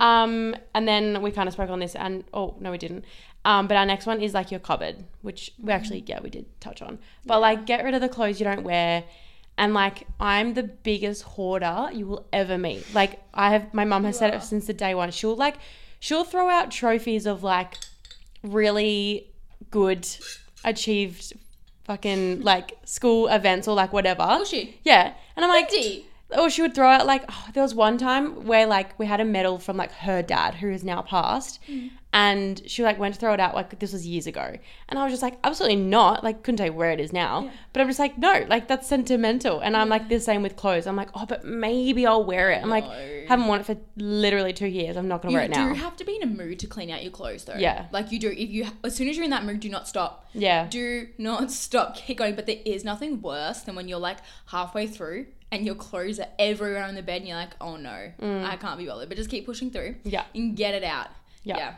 A: Um, and then we kind of spoke on this, and oh no, we didn't. Um, but our next one is like your cupboard, which we actually yeah we did touch on. But like get rid of the clothes you don't wear, and like I'm the biggest hoarder you will ever meet. Like I have my mum has said it since the day one. She'll like she'll throw out trophies of like really good achieved fucking like school events or like whatever.
B: Will she?
A: Yeah. And I'm like,
B: D.
A: or she would throw out like, oh, there was one time where like we had a medal from like her dad who is now passed.
B: Mm.
A: And she like went to throw it out like this was years ago. And I was just like, absolutely not. Like, couldn't tell you where it is now. But I'm just like, no, like that's sentimental. And I'm like the same with clothes. I'm like, oh, but maybe I'll wear it. I'm like,
B: No.
A: haven't worn it for literally two years. I'm not going to
B: You
A: wear it now.
B: do have to be in a mood to clean out your clothes though.
A: Yeah.
B: Like you do if you as soon as you're in that mood, do not stop.
A: yeah.
B: Do not stop. Keep going. But there is nothing worse than when you're like halfway through and your clothes are everywhere on the bed and you're like, oh no, I can't be bothered. But just keep pushing through
A: Mm. Yeah.
B: and get it out.
A: Yeah.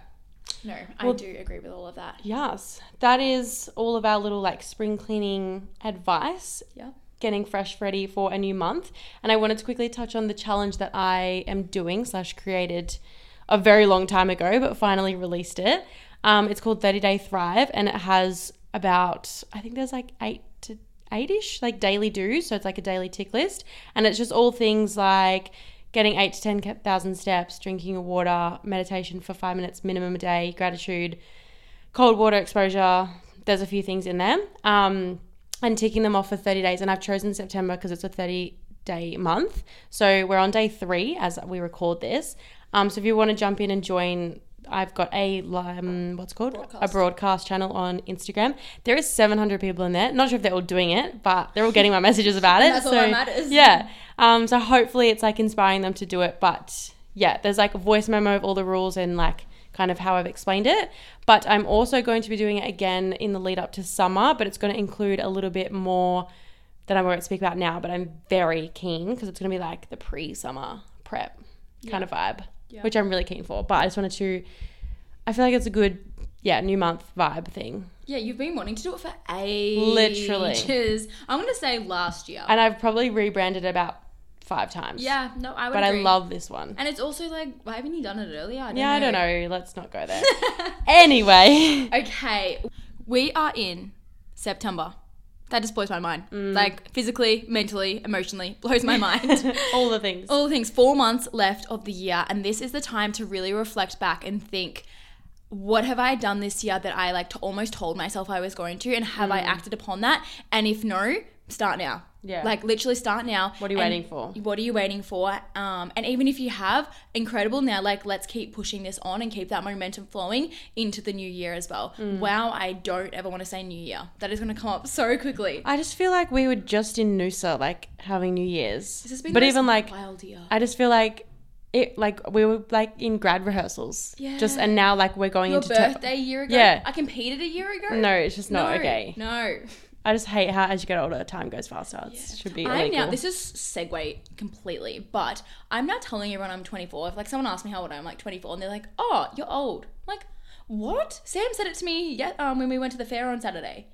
B: No, I do agree with all of that.
A: Yes. That is all of our little like spring cleaning advice.
B: Yeah.
A: getting fresh ready for a new month and i wanted to quickly touch on the challenge that i am doing slash created a very long time ago but finally released it um, it's called 30 day thrive and it has about i think there's like eight to eight-ish like daily do's so it's like a daily tick list and it's just all things like getting eight to 10,000 steps, drinking your water, meditation for five minutes minimum a day, gratitude, cold water exposure. There's a few things in there. Um, and ticking them off for 30 days. And I've chosen September because it's a 30 day month. So we're on day three as we record this. Um, so if you want to jump in and join, I've got a li- um, what's it called a
B: Broadcast.
A: broadcast channel on Instagram. There is 700 people in there. Not sure if they're all doing it, but they're all getting my <laughs> messages about it.
B: <laughs> That's all
A: so,
B: that matters. <laughs>
A: Yeah. Um, so hopefully it's like inspiring them to do it. But yeah, there's like a voice memo of all the rules and like kind of how I've explained it. But I'm also going to be doing it again in the lead up to summer, but it's going to include a little bit more that I won't speak about now, but I'm very keen because it's going to be like the pre summer prep kind of vibe,
B: Yeah.
A: which I'm really keen for. But I just wanted to, I feel like it's a good, yeah, new month vibe thing.
B: Yeah, you've been wanting to do it for ages.
A: Literally.
B: I'm going to say last year.
A: And I've probably rebranded it about five times.
B: yeah, no, I would
A: But
B: agree.
A: I love this one.
B: And it's also like, why haven't you done it earlier? I don't
A: yeah, I don't know. Let's not go
B: <laughs>
A: there. anyway,
B: okay, we are in September. That just blows my mind. Like physically, mentally, emotionally, blows my mind.
A: all the things.
B: All the things, four months left of the year, and this is the time to really reflect back and think what have I done this year that I like to almost told myself I was going to, and have I acted upon that? And if no, start now.
A: Mm. Yeah.
B: Like literally start now.
A: What are you
B: and
A: waiting for?
B: What are you waiting for? Um, and even if you have, incredible now, like let's keep pushing this on and keep that momentum flowing into the new year as well.
A: Mm.
B: Wow, I don't ever want to say new year. That is going to come up so quickly.
A: I just feel like we were just in Noosa, like having New Year's.
B: This has been
A: but
B: the
A: even
B: most
A: like,
B: wild year.
A: I just feel like it, like we were like in grad rehearsals. Just
B: Yeah.
A: and now like we're going
B: Your
A: into. te-
B: birthday a year ago.
A: Yeah.
B: I competed a year ago.
A: no, it's just not
B: no,
A: okay.
B: No.
A: I just hate how as you get older, time goes faster. It should be
B: I'm
A: illegal.
B: now, this is segue completely, but I'm now telling everyone I'm 24. If like someone asks me how old I am, I'm like 24, and they're like, oh, you're old. I'm like, what? Sam said it to me yet, um, when we went to the fair on Saturday.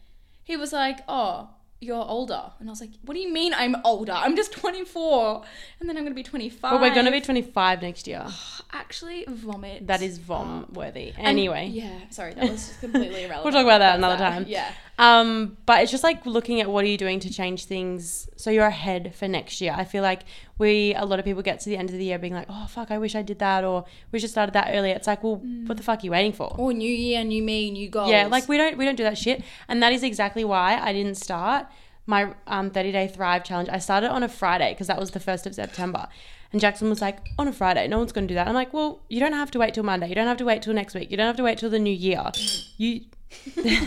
B: He was like, oh, you're older. And I was like, what do you mean I'm older? I'm just 24. And then I'm going to be 25.
A: but we're gonna be 25 next year.
B: Oh, Actually, vomit.
A: That is vom worthy.
B: And-
A: Anyway,
B: Yeah, sorry, that was just completely
A: <laughs>
B: irrelevant.
A: we'll talk about that another
B: That-
A: time.
B: Yeah.
A: Um, but it's just like looking at what are you doing to change things so you're ahead for next year. I feel like we a lot of people get to the end of the year being like, oh fuck, I wish I did that or wish I started that earlier. It's like, well, what the fuck are you waiting for?
B: Or new year, new me, new goals.
A: Yeah, like we don't we don't do that shit, and that is exactly why I didn't start my um, 30 day thrive challenge. I started on a Friday because that was the first of September, and Jackson was like, "On a Friday, no one's going to do that." I'm like, "Well, you don't have to wait till Monday. You don't have to wait till next week. You don't have to wait till the new year. You." <laughs>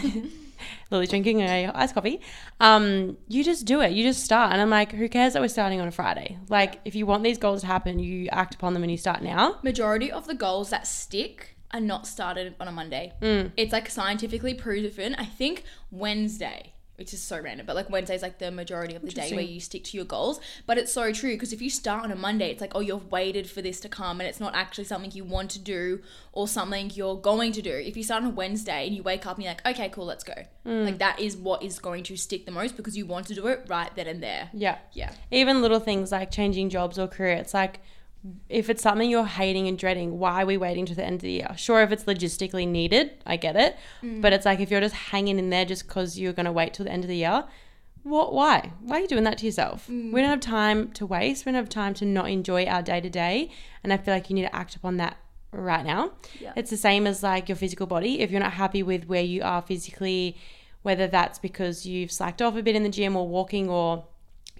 A: Lily's drinking a iced coffee. Um, you just do it. You just start. And I'm like, who cares that we're starting on a Friday? Like, if you want these goals to happen, you act upon them and you start now.
B: majority of the goals that stick are not started on a Monday.
A: Mm.
B: It's like scientifically proven. I think Wednesday, which is so random, but like Wednesday is like the majority of the day where
A: Interesting.
B: you stick to your goals. But it's so true because if you start on a Monday, it's like, oh, you've waited for this to come and it's not actually something you want to do or something you're going to do. If you start on a Wednesday and you wake up and you're like, okay, cool, let's go.
A: Mm.
B: Like that is what is going to stick the most because you want to do it right then and there.
A: Yeah.
B: Yeah.
A: even little things like changing jobs or career it's like if it's something you're hating and dreading why are we waiting to the end of the year sure if it's logistically needed i get it but it's like if you're just hanging in there just because you're going to wait till the end of the year what why why are you doing that to yourself we don't have time to waste we don't have time to not enjoy our day to day and i feel like you need to act upon that right now
B: Yeah.
A: it's the same as like your physical body if you're not happy with where you are physically whether that's because you've slacked off a bit in the gym or walking or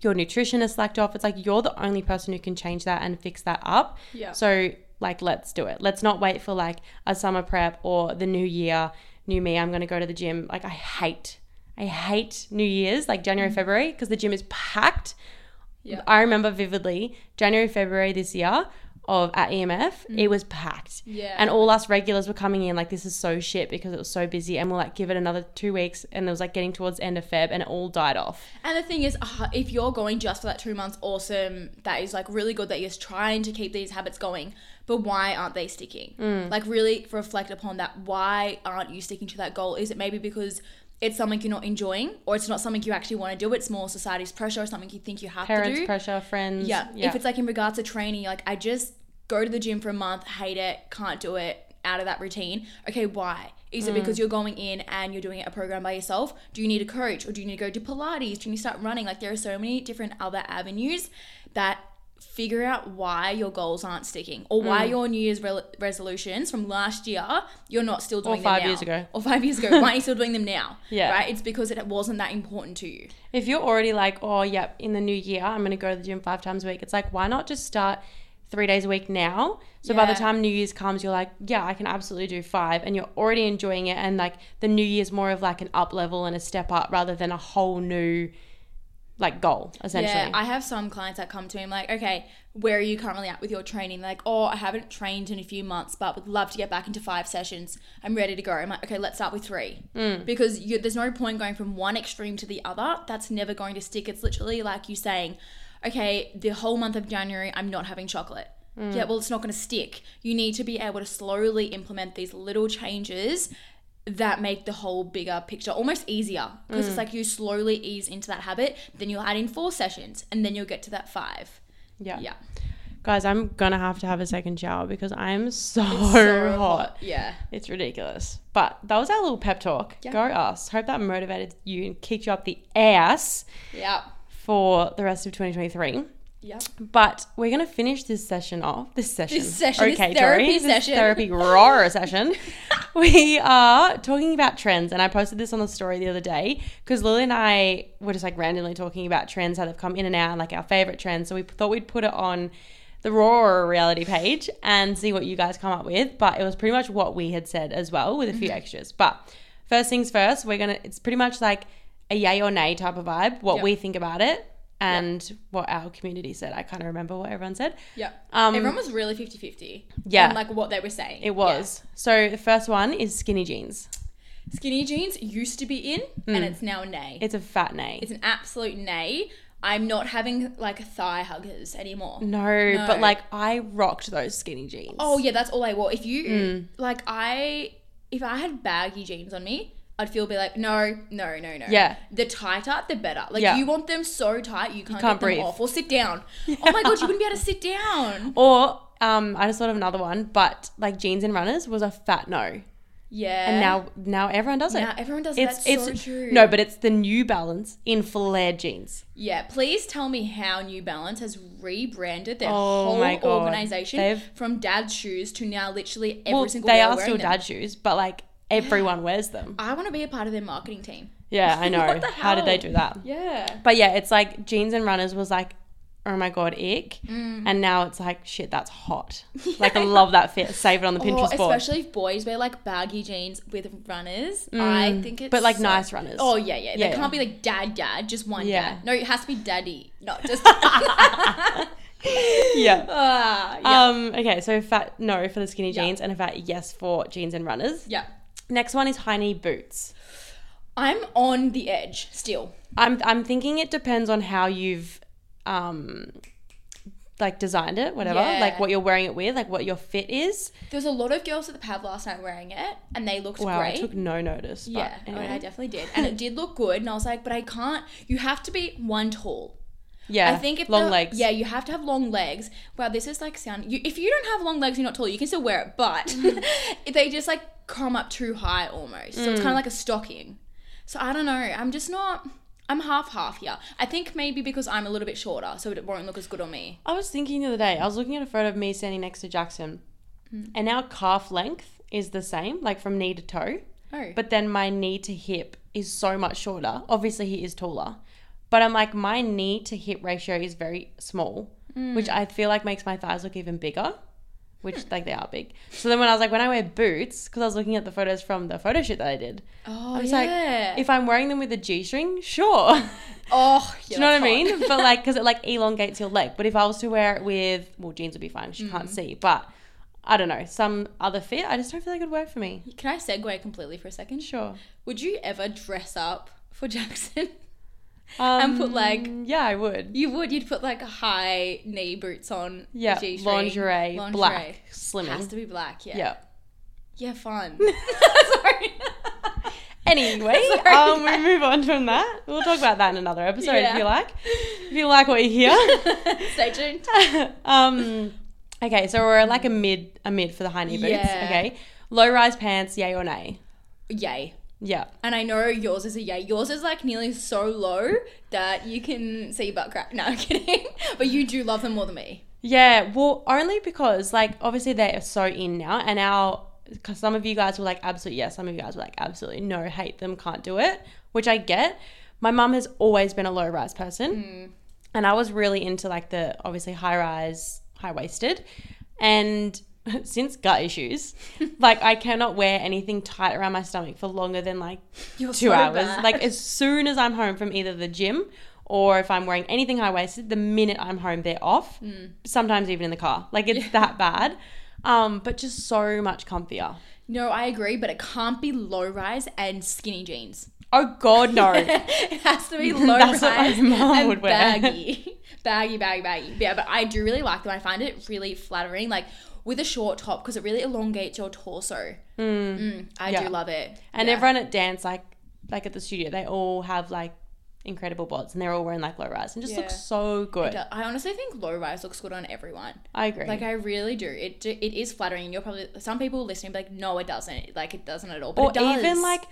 A: your nutritionist lacked off. It's like you're the only person who can change that and fix that up.
B: Yeah.
A: So like let's do it. Let's not wait for like a summer prep or the new year, new me, I'm gonna go to the gym. Like I hate I hate New Year's, like January, February, because the gym is packed.
B: Mm. Yeah.
A: I remember vividly January, February this year of at EMF, it was packed.
B: Mm. Yeah.
A: And all us regulars were coming in like this is so shit because it was so busy and we're like give it another two weeks and it was like getting towards the end of Feb and it all died off.
B: And the thing is, uh, if you're going just for that two months, awesome. That is like really good that you're trying to keep these habits going. But why aren't they sticking? Like, really reflect upon that. Why aren't you sticking to that goal? Is it maybe because it's something you're not enjoying, or it's not something you actually want to do? It's more society's pressure, or something you think you have to
A: parents
B: do.
A: pressure friends
B: Yeah. If it's like in regards to training, you're like I just go to the gym for a month, hate it, can't do it, out of that routine. Okay, why? Is it
A: Mm.
B: because you're going in and you're doing a program by yourself? Do you need a coach or do you need to go to Pilates? Do you need to start running? Like there are so many different other avenues that figure out why your goals aren't sticking or why
A: Mm.
B: your New Year's re- resolutions from last year you're not still doing them
A: five
B: now.
A: years ago.
B: or
A: <laughs>
B: five years ago. why aren't you still doing them now?
A: Yeah.
B: right. It's because it wasn't that important to you.
A: If you're already like, oh, yep, in the new year, I'm going to go to the gym five times a week, it's like, why not just start three days a week now? So by the
B: Yeah.
A: time New Year's comes, you're like, yeah, I can absolutely do five. And you're already enjoying it. And like the New Year's more of like an up level and a step up rather than a whole new like goal, essentially.
B: Yeah, I have some clients that come to me I'm like, okay, where are you currently at with your training? They're like, oh, I haven't trained in a few months, but would love to get back into five sessions. I'm ready to go. I'm like, okay, let's start with three because you, there's no point going from one extreme to the other. That's never going to stick. It's literally like you saying, okay, the whole month of January, I'm not having chocolate. Yeah, well, it's not going to stick. You need to be able to slowly implement these little changes that make the whole bigger picture almost easier because
A: Mm.
B: it's like you slowly ease into that habit then you'll add in four sessions and then you'll get to that five
A: yeah.
B: yeah
A: Guys, I'm going to have to have a second shower because I'm so,
B: So
A: hot.
B: yeah
A: It's ridiculous. But that was our little pep talk.
B: Yeah.
A: Go us. Hope that motivated you and kicked you up the ass
B: yeah
A: for the rest of 2023.
B: yeah
A: But we're going to finish this session off. This session.
B: This session, this
A: Okay,
B: therapy
A: Tori, this
B: session.
A: therapy roar session. <laughs> we are talking about trends. And I posted this on the story the other day because Lily and I were just like randomly talking about trends, how they've come in and out, like our favorite trends. So we thought we'd put it on the Roar reality page and see what you guys come up with. But it was pretty much what we had said as well with a few extras. But first things first, we're going to, it's pretty much like a yay or nay type of vibe, what
B: Yep.
A: we think about it. And what our community said. I can't remember what everyone said.
B: yeah
A: Um,
B: everyone was really 50 50
A: Yeah.
B: on like what they were saying
A: It was. So the first one is skinny jeans.
B: Yeah. skinny jeans used to be in and
A: Mm.
B: it's now a nay
A: It's a fat nay.
B: it's an absolute nay i'm not having like thigh huggers anymore
A: no, but like I rocked those skinny jeans.
B: Oh yeah, that's all I wore. If you
A: Mm.
B: like, I if I had baggy jeans on me, I'd feel be like, no, no, no, no.
A: Yeah.
B: the tighter the better. Like
A: Yeah.
B: you want them so tight you can't,
A: can't
B: get
A: breathe.
B: them off or sit down. Oh my god, you wouldn't be able to sit
A: <laughs>
B: down.
A: Or um, I just thought of another one, but like jeans and runners was a fat no.
B: Yeah.
A: And now now everyone does it.
B: now everyone does.
A: it's
B: It's, that's
A: it's
B: so true.
A: no, but it's the New Balance in flared jeans.
B: Yeah, please tell me how New Balance has rebranded their
A: Oh
B: whole
A: my God.
B: organization
A: They've-
B: from dad's shoes to now literally every
A: well,
B: single
A: they
B: girl
A: are
B: wearing
A: still
B: them.
A: dad shoes, but like everyone wears
B: <laughs>
A: them.
B: I want to be a part of their marketing team.
A: Yeah, I know.
B: What the
A: How did they
B: hell?
A: do that?
B: Yeah.
A: But yeah, it's like jeans and runners was like, oh my god, ick.
B: Mm.
A: And now it's like, shit, that's
B: <laughs>
A: hot. Like I love that fit. Save it on the Pinterest
B: or
A: board.
B: Oh, especially if boys wear like baggy jeans with runners. I think it's
A: Mm. but like
B: so-
A: nice runners.
B: Oh yeah, yeah.
A: Yeah,
B: they
A: yeah.
B: can't be like dad, dad, just one
A: Yeah. Uh,
B: dad. No, it has to be daddy. No,
A: <laughs>
B: just
A: <laughs>
B: <laughs>
A: yeah.
B: Ah, yeah.
A: Um, okay, so fat no for the skinny
B: Yeah.
A: jeans and a fat yes for jeans and runners.
B: yeah.
A: Next one is high knee boots.
B: I'm on the edge still.
A: I'm I'm thinking it depends on how you've um like designed it, whatever.
B: Yeah.
A: Like what you're wearing it with, like what your fit is.
B: There's a lot of girls at the pub last night wearing it, and they looked
A: Wow, I
B: great.
A: took no notice. But
B: yeah, Oh, I mean,
A: anyway.
B: I definitely did, and it did look good. And I was like, but I can't. You have to be one tall.
A: yeah.
B: I think if
A: long
B: the-
A: legs.
B: Yeah, you have to have long legs. Wow, this is like sound. You, if you don't have long legs, you're not tall. You can still wear it,
A: <laughs>
B: but <laughs> if they just like come up too high almost. So
A: Mm.
B: it's kind of like a stocking. So I don't know. I'm just not. I'm half half here. I think maybe because I'm a little bit shorter, so it won't look as good on me.
A: I was thinking the other day, I was looking at a photo of me standing next to Jackson,
B: Hmm.
A: and our calf length is the same, like from knee to toe,
B: Oh,
A: but then my knee to hip is so much shorter. Obviously, he is taller, but I'm like, my knee to hip ratio is very small,
B: Mm.
A: which I feel like makes my thighs look even bigger. Which
B: Hmm.
A: like they are big. So then when I was like, when I wear boots, because I was looking at the photos from the photo shoot that I did,
B: oh
A: I was
B: yeah.
A: like, if I'm wearing them with a G-string, sure. <laughs>
B: oh, yeah,
A: Do you know what
B: that's
A: I mean?
B: hot.
A: But like,
B: <laughs>
A: because it like elongates your leg. But if I was to wear it with, well, jeans would be fine. 'cause You
B: Mm-hmm.
A: can't see. But I don't know, some other fit. I just don't feel like it'd work for me.
B: Can I segue completely for a second?
A: Sure.
B: Would you ever dress up for Jackson? <laughs>
A: Um,
B: put, like-
A: yeah, I would.
B: You would. You'd put like high knee boots on.
A: Yeah,
B: a G-string.
A: lingerie, black,
B: Has
A: slimming.
B: to be black. Yeah.
A: Yeah.
B: Yeah,
A: <laughs>
B: fun. Sorry. <laughs>
A: Anyway,
B: <laughs> Sorry,
A: um, we move on from that. We'll talk about that in another episode if
B: Yeah.
A: you like. If you like what you
B: <laughs>
A: hear.
B: Stay tuned.
A: um, okay, so we're like a mid, a mid for the high knee boots.
B: Yeah.
A: Okay, low rise pants, yay or nay?
B: Yay.
A: Yeah.
B: And I know yours is a yeah. Yours is like nearly so low that you can see your butt crack. <laughs> No, I'm kidding. But you do love them more than me.
A: Yeah, well, only because like obviously they are so in now, and our because some of you guys were like absolutely yes, some of you guys were like absolutely no, hate them, can't do it, which I get. My mum has always been a low rise person, and I was really into like the obviously high rise, high waisted, and <laughs> since gut issues, like I cannot wear anything tight around my stomach for longer than like
B: You're
A: two
B: so
A: hours.
B: bad.
A: Like as soon as I'm home from either the gym or if I'm wearing anything high waisted, the minute I'm home, they're off.
B: Mm.
A: Sometimes even in the car. Like it's that bad. Um, but just so much comfier.
B: no, I agree, but it can't be low rise and skinny jeans.
A: Oh God,
B: <laughs>
A: no.
B: it has to be
A: <laughs>
B: low
A: That's
B: rise
A: what my mum
B: and
A: would wear.
B: baggy, <laughs> baggy, baggy, baggy. But yeah, but I do really like them. I find it really flattering, like with a short top, because it really elongates your torso. Mm. I
A: Hmm. Yeah.
B: do love it.
A: and
B: Yeah.
A: everyone at dance, like like at the studio, they all have like incredible bods and they're all wearing like low rise and just
B: Yeah.
A: looks so good.
B: Yeah, I honestly think low rise looks good on everyone.
A: I agree.
B: Like I really do. It do, it is flattering. and You're probably some people listening be like, no, it doesn't. Like it doesn't at all. But
A: or
B: it does.
A: even like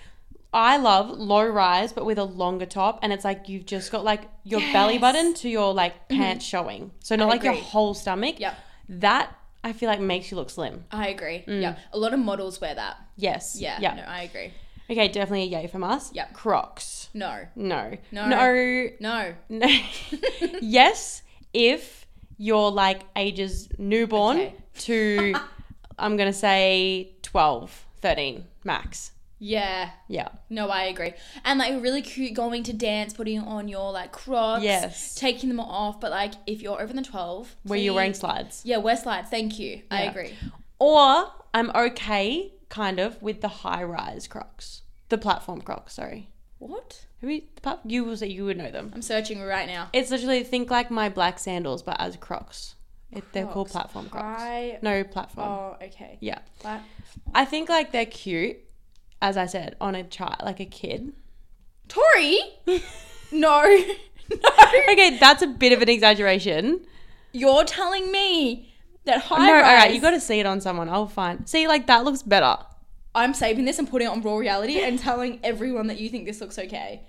A: I love low rise but with a longer top and it's like you've just got like your belly
B: Yes. Mm-hmm.
A: button to your like pants showing. So not like your
B: agree.
A: whole stomach.
B: Yep.
A: That I feel like makes you look slim.
B: I agree. Yeah, a lot of models wear that.
A: Yes.
B: Yeah,
A: Mm. Yeah.
B: no, I agree.
A: Okay, definitely a yay from us.
B: Yep.
A: Crocs.
B: No,
A: No.
B: No.
A: No.
B: <laughs> no,
A: No. <laughs> yes, if you're like ages newborn
B: Okay. <laughs>
A: to I'm going to say 12, 13 max.
B: yeah,
A: Yeah.
B: no, I agree. And like really cute, going to dance, putting on your like Crocs,
A: Yes.
B: taking them off. But like if you're over the twelve,
A: Where you're wearing
B: please-
A: slides.
B: Yeah, wear slides. Thank you. I
A: Yeah.
B: agree.
A: Or I'm okay, kind of, with the high rise Crocs, the platform Crocs. Sorry,
B: What?
A: Have you, the plat- you will say you would know them.
B: I'm searching right now.
A: It's literally think like my black sandals, but as Crocs. It, they're called
B: Crocs.
A: platform Crocs.
B: High-
A: No platform.
B: Oh, okay.
A: Yeah,
B: That-
A: I think like they're cute, as I said, on a child, like a kid.
B: Tori,
A: <laughs>
B: no, <laughs> no.
A: okay, that's a bit of an exaggeration.
B: You're telling me that high
A: No, all
B: rise.
A: right, you got to see it on someone. I'll find. See, like that looks better.
B: I'm saving this and putting it on Raw Reality and telling everyone that you think this looks okay.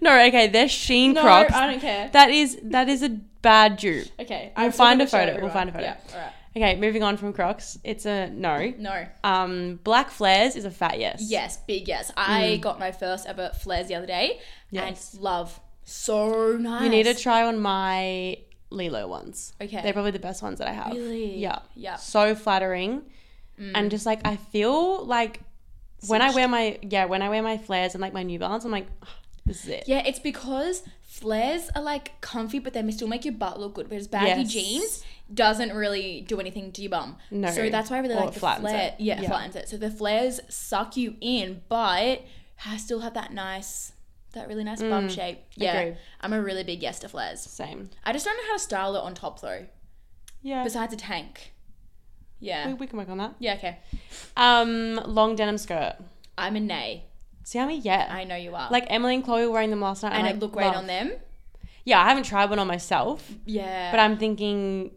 A: No, okay, they're Sheen
B: <laughs> no,
A: Crocs.
B: I don't care.
A: That is that is a bad dupe.
B: okay,
A: We'll
B: I'm still
A: find a
B: gonna show
A: photo, we'll
B: everyone.
A: find a photo.
B: Yeah, all right.
A: Okay, moving on from Crocs. It's a no.
B: No.
A: Um, black flares is a fat yes.
B: Yes, big yes. I got my first ever flares the other day,
A: Hmm. Yes.
B: and love so nice.
A: You need to try on my Lilo ones.
B: Okay.
A: They're probably the best ones that I have.
B: Really?
A: Yeah.
B: Yeah. Mm.
A: So flattering. And just like I feel like when I wear my yeah, when I wear my flares and like my new balance, I'm like, "Ah, this is it.
B: Yeah, it's because flares are like comfy, but they still make your butt look good. Whereas baggy
A: Yes.
B: jeans doesn't really do anything to your bum.
A: No.
B: So that's why I really
A: Or
B: like
A: it
B: the
A: flattens
B: flare.
A: it.
B: Yeah, it
A: Yeah.
B: flattens it. So the flares suck you in, but I still have that nice, that really nice bum shape. Yeah,
A: Mm, agree.
B: I'm a really big yes to flares.
A: Same.
B: I just don't know how to style it on top though.
A: Yeah.
B: Besides a tank. Yeah.
A: We, we can work on that.
B: Yeah. Okay.
A: Um, long denim skirt.
B: I'm a nay.
A: See how many? Yeah.
B: I know you are.
A: like Emily and Chloe were wearing them last night,
B: and
A: I
B: it looked great
A: love-
B: on them.
A: Yeah, I haven't tried one on myself.
B: Yeah.
A: But I'm thinking,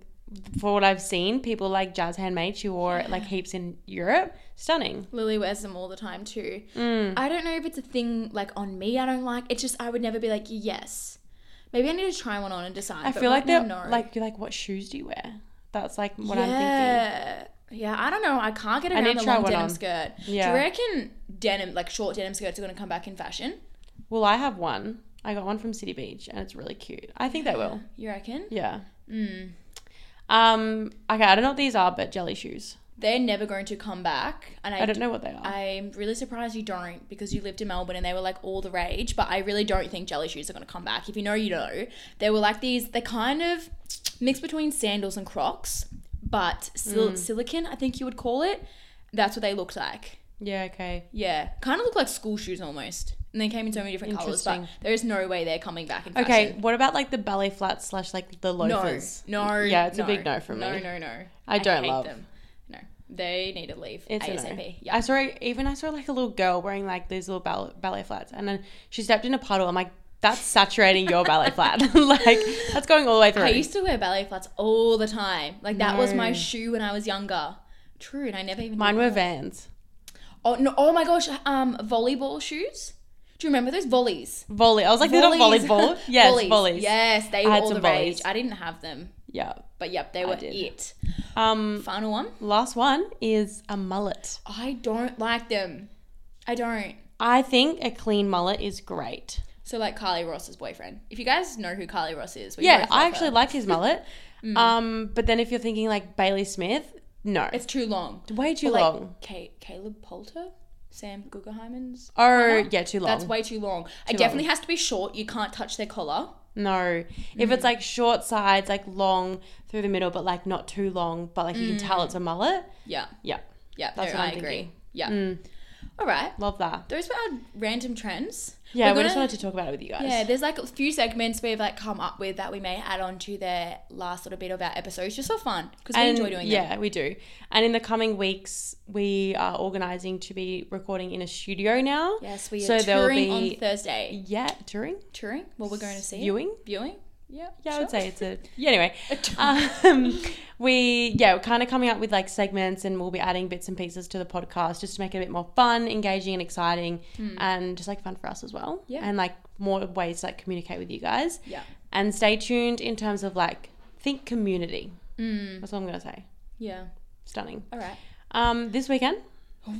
A: for what I've seen, people like Jazz Handmade, she wore it like heaps in Europe. Stunning.
B: Lily wears them all the time too.
A: Mm.
B: I don't know if it's a thing like on me. I don't like. It's just I would never be like yes. Maybe I need to try one on and decide.
A: I
B: but
A: feel
B: right
A: like
B: now,
A: they're
B: no.
A: like you're like, what shoes do you wear? That's like what I'm thinking.
B: yeah, yeah. I don't know. I can't get
A: need
B: around
A: to
B: the
A: try
B: long
A: one
B: denim
A: on.
B: skirt.
A: Yeah.
B: Do you reckon denim like short denim skirts are gonna come back in fashion?
A: Well, I have one. I got one from City Beach, and it's really cute. I think they
B: <sighs>
A: will.
B: You reckon?
A: Yeah.
B: Hmm.
A: Um. Okay. I don't know what these are, but jelly shoes.
B: They're never going to come back. And I,
A: I don't know what they are.
B: I'm really surprised you don't because you lived in Melbourne and they were like all the rage. But I really don't think jelly shoes are going to come back. If you know, you know. They were like these, they kind of mixed between sandals and crocs, but sil-
A: Hmm.
B: silicon, I think you would call it. That's what they looked like.
A: Yeah. Okay.
B: Yeah. Kind of look like school shoes almost. And they came in so many different colors, but
A: Interesting.
B: there is no way they're coming back in fashion.
A: Okay. What about like the ballet flats slash like the
B: No,
A: loafers?
B: no.
A: Yeah, it's a
B: no,
A: big no from me.
B: No, no, no.
A: I don't
B: hate
A: love.
B: them. No, they need to leave
A: It's
B: ASAP.
A: a no.
B: Yeah.
A: I saw even I saw like a little girl wearing like these little ball- ballet flats, and then she stepped in a puddle. I'm like, that's saturating your ballet flat. <laughs> like that's going all the way through.
B: I used to wear ballet flats all the time. Like that was my
A: No.
B: shoe when I was younger. True, and I never even
A: Mine
B: knew
A: were
B: that.
A: Vans.
B: Oh no! Oh my gosh! Um, volleyball shoes. Do you remember those volleys?
A: Volley. I was like, they're not
B: Volleys.
A: <laughs>
B: <laughs>
A: volleyball. Yes, volleys.
B: Yes, they
A: I
B: were
A: had
B: all
A: some
B: the
A: volleys.
B: rage. I didn't have them,
A: Yeah.
B: but yep, they were
A: did.
B: it.
A: Um,
B: Final one.
A: last one is a mullet.
B: I don't like them. I don't.
A: I think a clean mullet is great.
B: So like Carly Ross's boyfriend. If you guys know who Carly Ross is, we
A: Yeah,
B: both
A: I
B: love
A: actually
B: her.
A: like his <laughs> mullet. Um, but then if you're thinking like Bailey Smith, no,
B: It's too long.
A: way too
B: Or, like,
A: long.
B: Ca- Caleb Poulter, Sam Guggenheimen's.
A: Oh, yeah, too long.
B: That's way too long. it definitely has to be short. You can't touch their collar.
A: No. If
B: Mm.
A: it's like short sides, like long through the middle, but like not too long, but like you can
B: Mm.
A: tell it's a mullet.
B: Yeah,
A: Yeah.
B: yeah.
A: That's
B: no,
A: what
B: I
A: I'm
B: agree.
A: thinking. Mm.
B: Yeah. All right.
A: Love that.
B: Those were our random trends.
A: Yeah,
B: We're
A: we just
B: gonna-
A: wanted to talk about it with you guys.
B: Yeah, there's like a few segments we've like come up with that we may add on to the last little bit of our episodes just for fun because we
A: and
B: enjoy doing that.
A: yeah, we do. And in the coming weeks, we are organizing to be recording in a studio now.
B: Yes, we are
A: So there'll
B: touring
A: be-
B: on Thursday.
A: Yeah, touring,
B: Touring? Well, we're going to see it.
A: viewing.
B: Viewing? Yeah,
A: Yeah, I would
B: sure.
A: say it's a. <laughs> Yeah, anyway,
B: A tour.
A: um, <laughs> we yeah, we're kind of coming up with like segments, and we'll be adding bits and pieces to the podcast just to make it a bit more fun, engaging, and exciting, and just like fun for us as well.
B: Yeah.
A: and like more ways to like communicate with you guys.
B: Yeah.
A: and stay tuned in terms of like think community. Mm. That's what I'm gonna say.
B: Yeah.
A: Stunning.
B: All right.
A: Um, this weekend.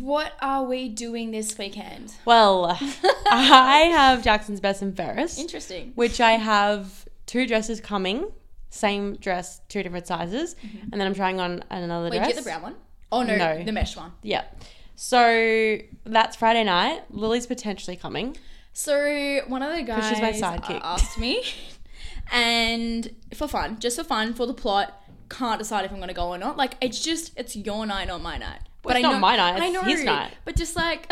B: What are we doing this weekend?
A: Well, <laughs> I have Jackson's best and fairest.
B: Interesting.
A: which I have two dresses coming, same dress, two different sizes, and then I'm trying on another
B: Mm-hmm. Wait, do
A: dress.
B: you get the brown one? Oh no,
A: No.
B: the mesh one.
A: Yeah. So that's Friday night. Lily's potentially coming.
B: So one of the guys
A: she's my
B: uh,
A: sidekick.
B: asked me, and for fun, just for fun, for the plot, can't decide if I'm gonna go or not. Like it's just it's your night, not my night. But
A: it's not my night, it's his night.
B: But just like,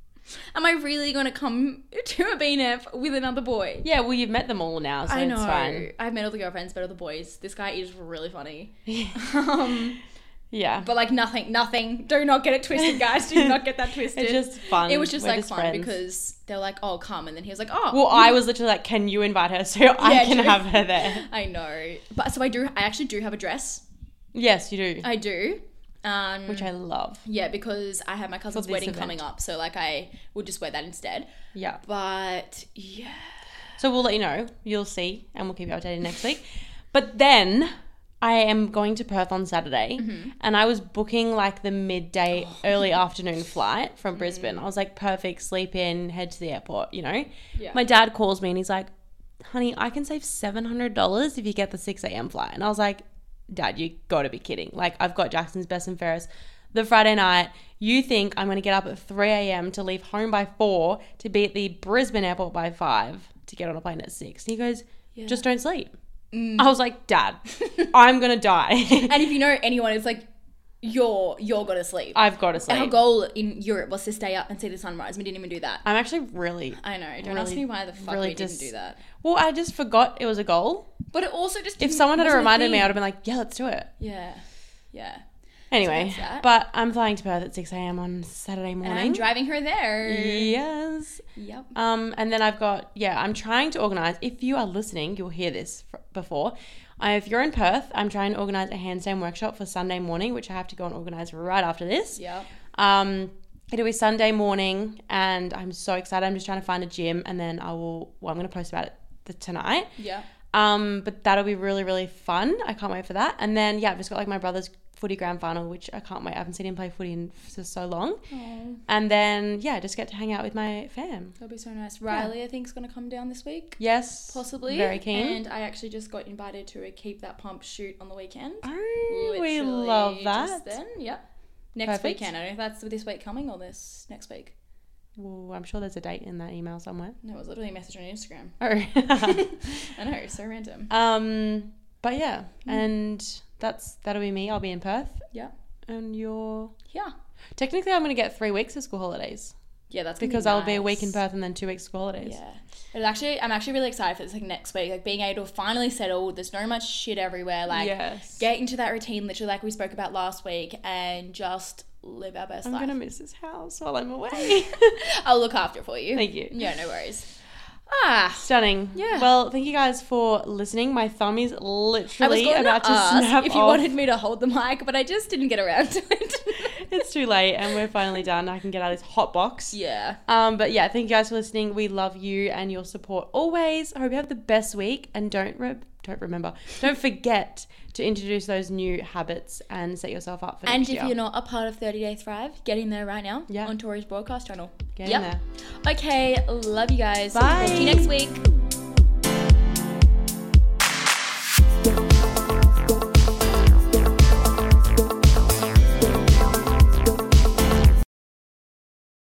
B: <sighs> am I really gonna come to a BNF with another boy?
A: Yeah. Well, you've met them all now, so
B: I know.
A: it's fine.
B: I've met all the girlfriends, but all the boys. This guy is
A: <laughs>
B: really funny. um,
A: Yeah.
B: but like nothing, nothing. Do not get it twisted, guys. Do not get that
A: <laughs>
B: twisted.
A: It's just fun.
B: It was just
A: We're
B: like fun
A: friends.
B: because they're like, "Oh, come," and then he was like, "Oh."
A: Well, I was literally like, "Can you invite her so I
B: Yeah,
A: can
B: true.
A: have her
B: <laughs>
A: there?"
B: I know, but so I do. I actually do have a dress.
A: Yes, you do,
B: I do. Um,
A: which I love.
B: yeah, because I have my cousin's
A: this
B: wedding
A: event.
B: coming up, so like I will just wear that instead.
A: Yeah.
B: But
A: <laughs>
B: yeah, <laughs>
A: So we'll let you know. You'll see, and we'll keep you updated next week. But then I am going to Perth on Saturday, and I was booking like the midday, early afternoon flight from Brisbane. I was like, perfect, sleep in, head to the airport, you know?
B: Yeah.
A: My dad calls me and he's like, honey, I can save $700 if you get the 6 a.m. flight. And I was like, Dad, you gotta be kidding. Like, I've got Jackson's Best and Ferris the Friday night. You think I'm gonna get up at 3 a.m. to leave home by 4 to be at the Brisbane airport by 5 to get on a plane at 6. And he goes, Just don't sleep. I was like,
B: <laughs>
A: Dad, I'm gonna die.
B: Mm. and if you know anyone, it's like you're you're gonna sleep.
A: <laughs> I've gotta
B: Our
A: sleep.
B: goal in Europe was to stay up and see the sunrise. We didn't even do that.
A: I'm actually really.
B: I know. Don't ask
A: Really-
B: me why the fuck
A: really
B: we
A: dis-
B: didn't do that.
A: Well, I just forgot it was a goal.
B: But Mm, it also just
A: If someone had reminded me, I would have been like, Yeah, let's do it.
B: yeah, yeah.
A: Anyway,
B: that's that.
A: but I'm flying to Perth at 6 a.m. on Saturday
B: And I'm
A: morning.
B: driving her there.
A: Yes.
B: Yep.
A: Um, and then I've got, yeah, I'm trying to organize. If you are listening, you'll hear this fr- before. Uh, if you're in Perth, I'm trying to organize a handstand workshop for Sunday morning, which I have to go and organize right after this.
B: Yep.
A: Um, it'll be Sunday morning, and I'm so excited. I'm just trying to find a gym, and then I will, well, I'm going to post about it the, tonight.
B: Yep.
A: Um, but that'll be really, really fun. I can't wait for that. And then, yeah, I've just got like my brother's footy grand final, which I can't wait. I haven't seen him play footy in f- for so long.
B: Oh,
A: And then, yeah, just get to hang out with my fam.
B: that'll be so nice. Riley, I think, is going to come down this week.
A: Yes.
B: Possibly.
A: Very keen.
B: And I actually just got invited to a Keep That Pump shoot on the weekend.
A: oh, we
B: Literally
A: love that.
B: Just then. Yep. Next
A: Perfect.
B: weekend. I don't know if that's this week coming or this next week.
A: Well, I'm sure there's a date in that email somewhere. <laughs>
B: No, it was literally a message on Instagram. <laughs>
A: Oh.
B: I know, so random.
A: um, but yeah, and that's that'll be me. I'll be in Perth,
B: Mm. Yeah.
A: and you're
B: Yeah.
A: technically I'm gonna get three weeks of school holidays
B: Yeah, that's gonna
A: because I'll be a week in
B: nice.
A: Perth and then two weeks of school holidays.
B: Yeah. It's actually, I'm actually really excited for this like next week. Like being able to finally settle. There's no much shit everywhere. Like,
A: yes.
B: get into that routine, literally, like we spoke about last week, and just live our best
A: I'm
B: life.
A: gonna miss this house while I'm away. <laughs>
B: <laughs> I'll look after it for you.
A: Thank you.
B: Yeah, no worries. Ah.
A: Stunning.
B: Yeah.
A: Well, thank you guys for listening. My thumb is
B: I was
A: literally
B: going
A: about
B: to
A: to,
B: ask
A: snap
B: if you
A: off.
B: wanted me to hold the mic, but I just didn't get around to it. <laughs>
A: it's too late, and we're finally done. I can get out of this hot box.
B: yeah.
A: Um, but yeah, thank you guys for listening. We love you and your support always. I hope you have the best week, and don't re- don't remember, don't forget to introduce those new habits and set yourself up for
B: And
A: next
B: if
A: year.
B: you're not a part of 30 Day Thrive, get in there right now
A: Yeah.
B: on Tori's broadcast channel.
A: Get in
B: Yep.
A: there.
B: Okay, love you guys.
A: Bye.
B: See you next week.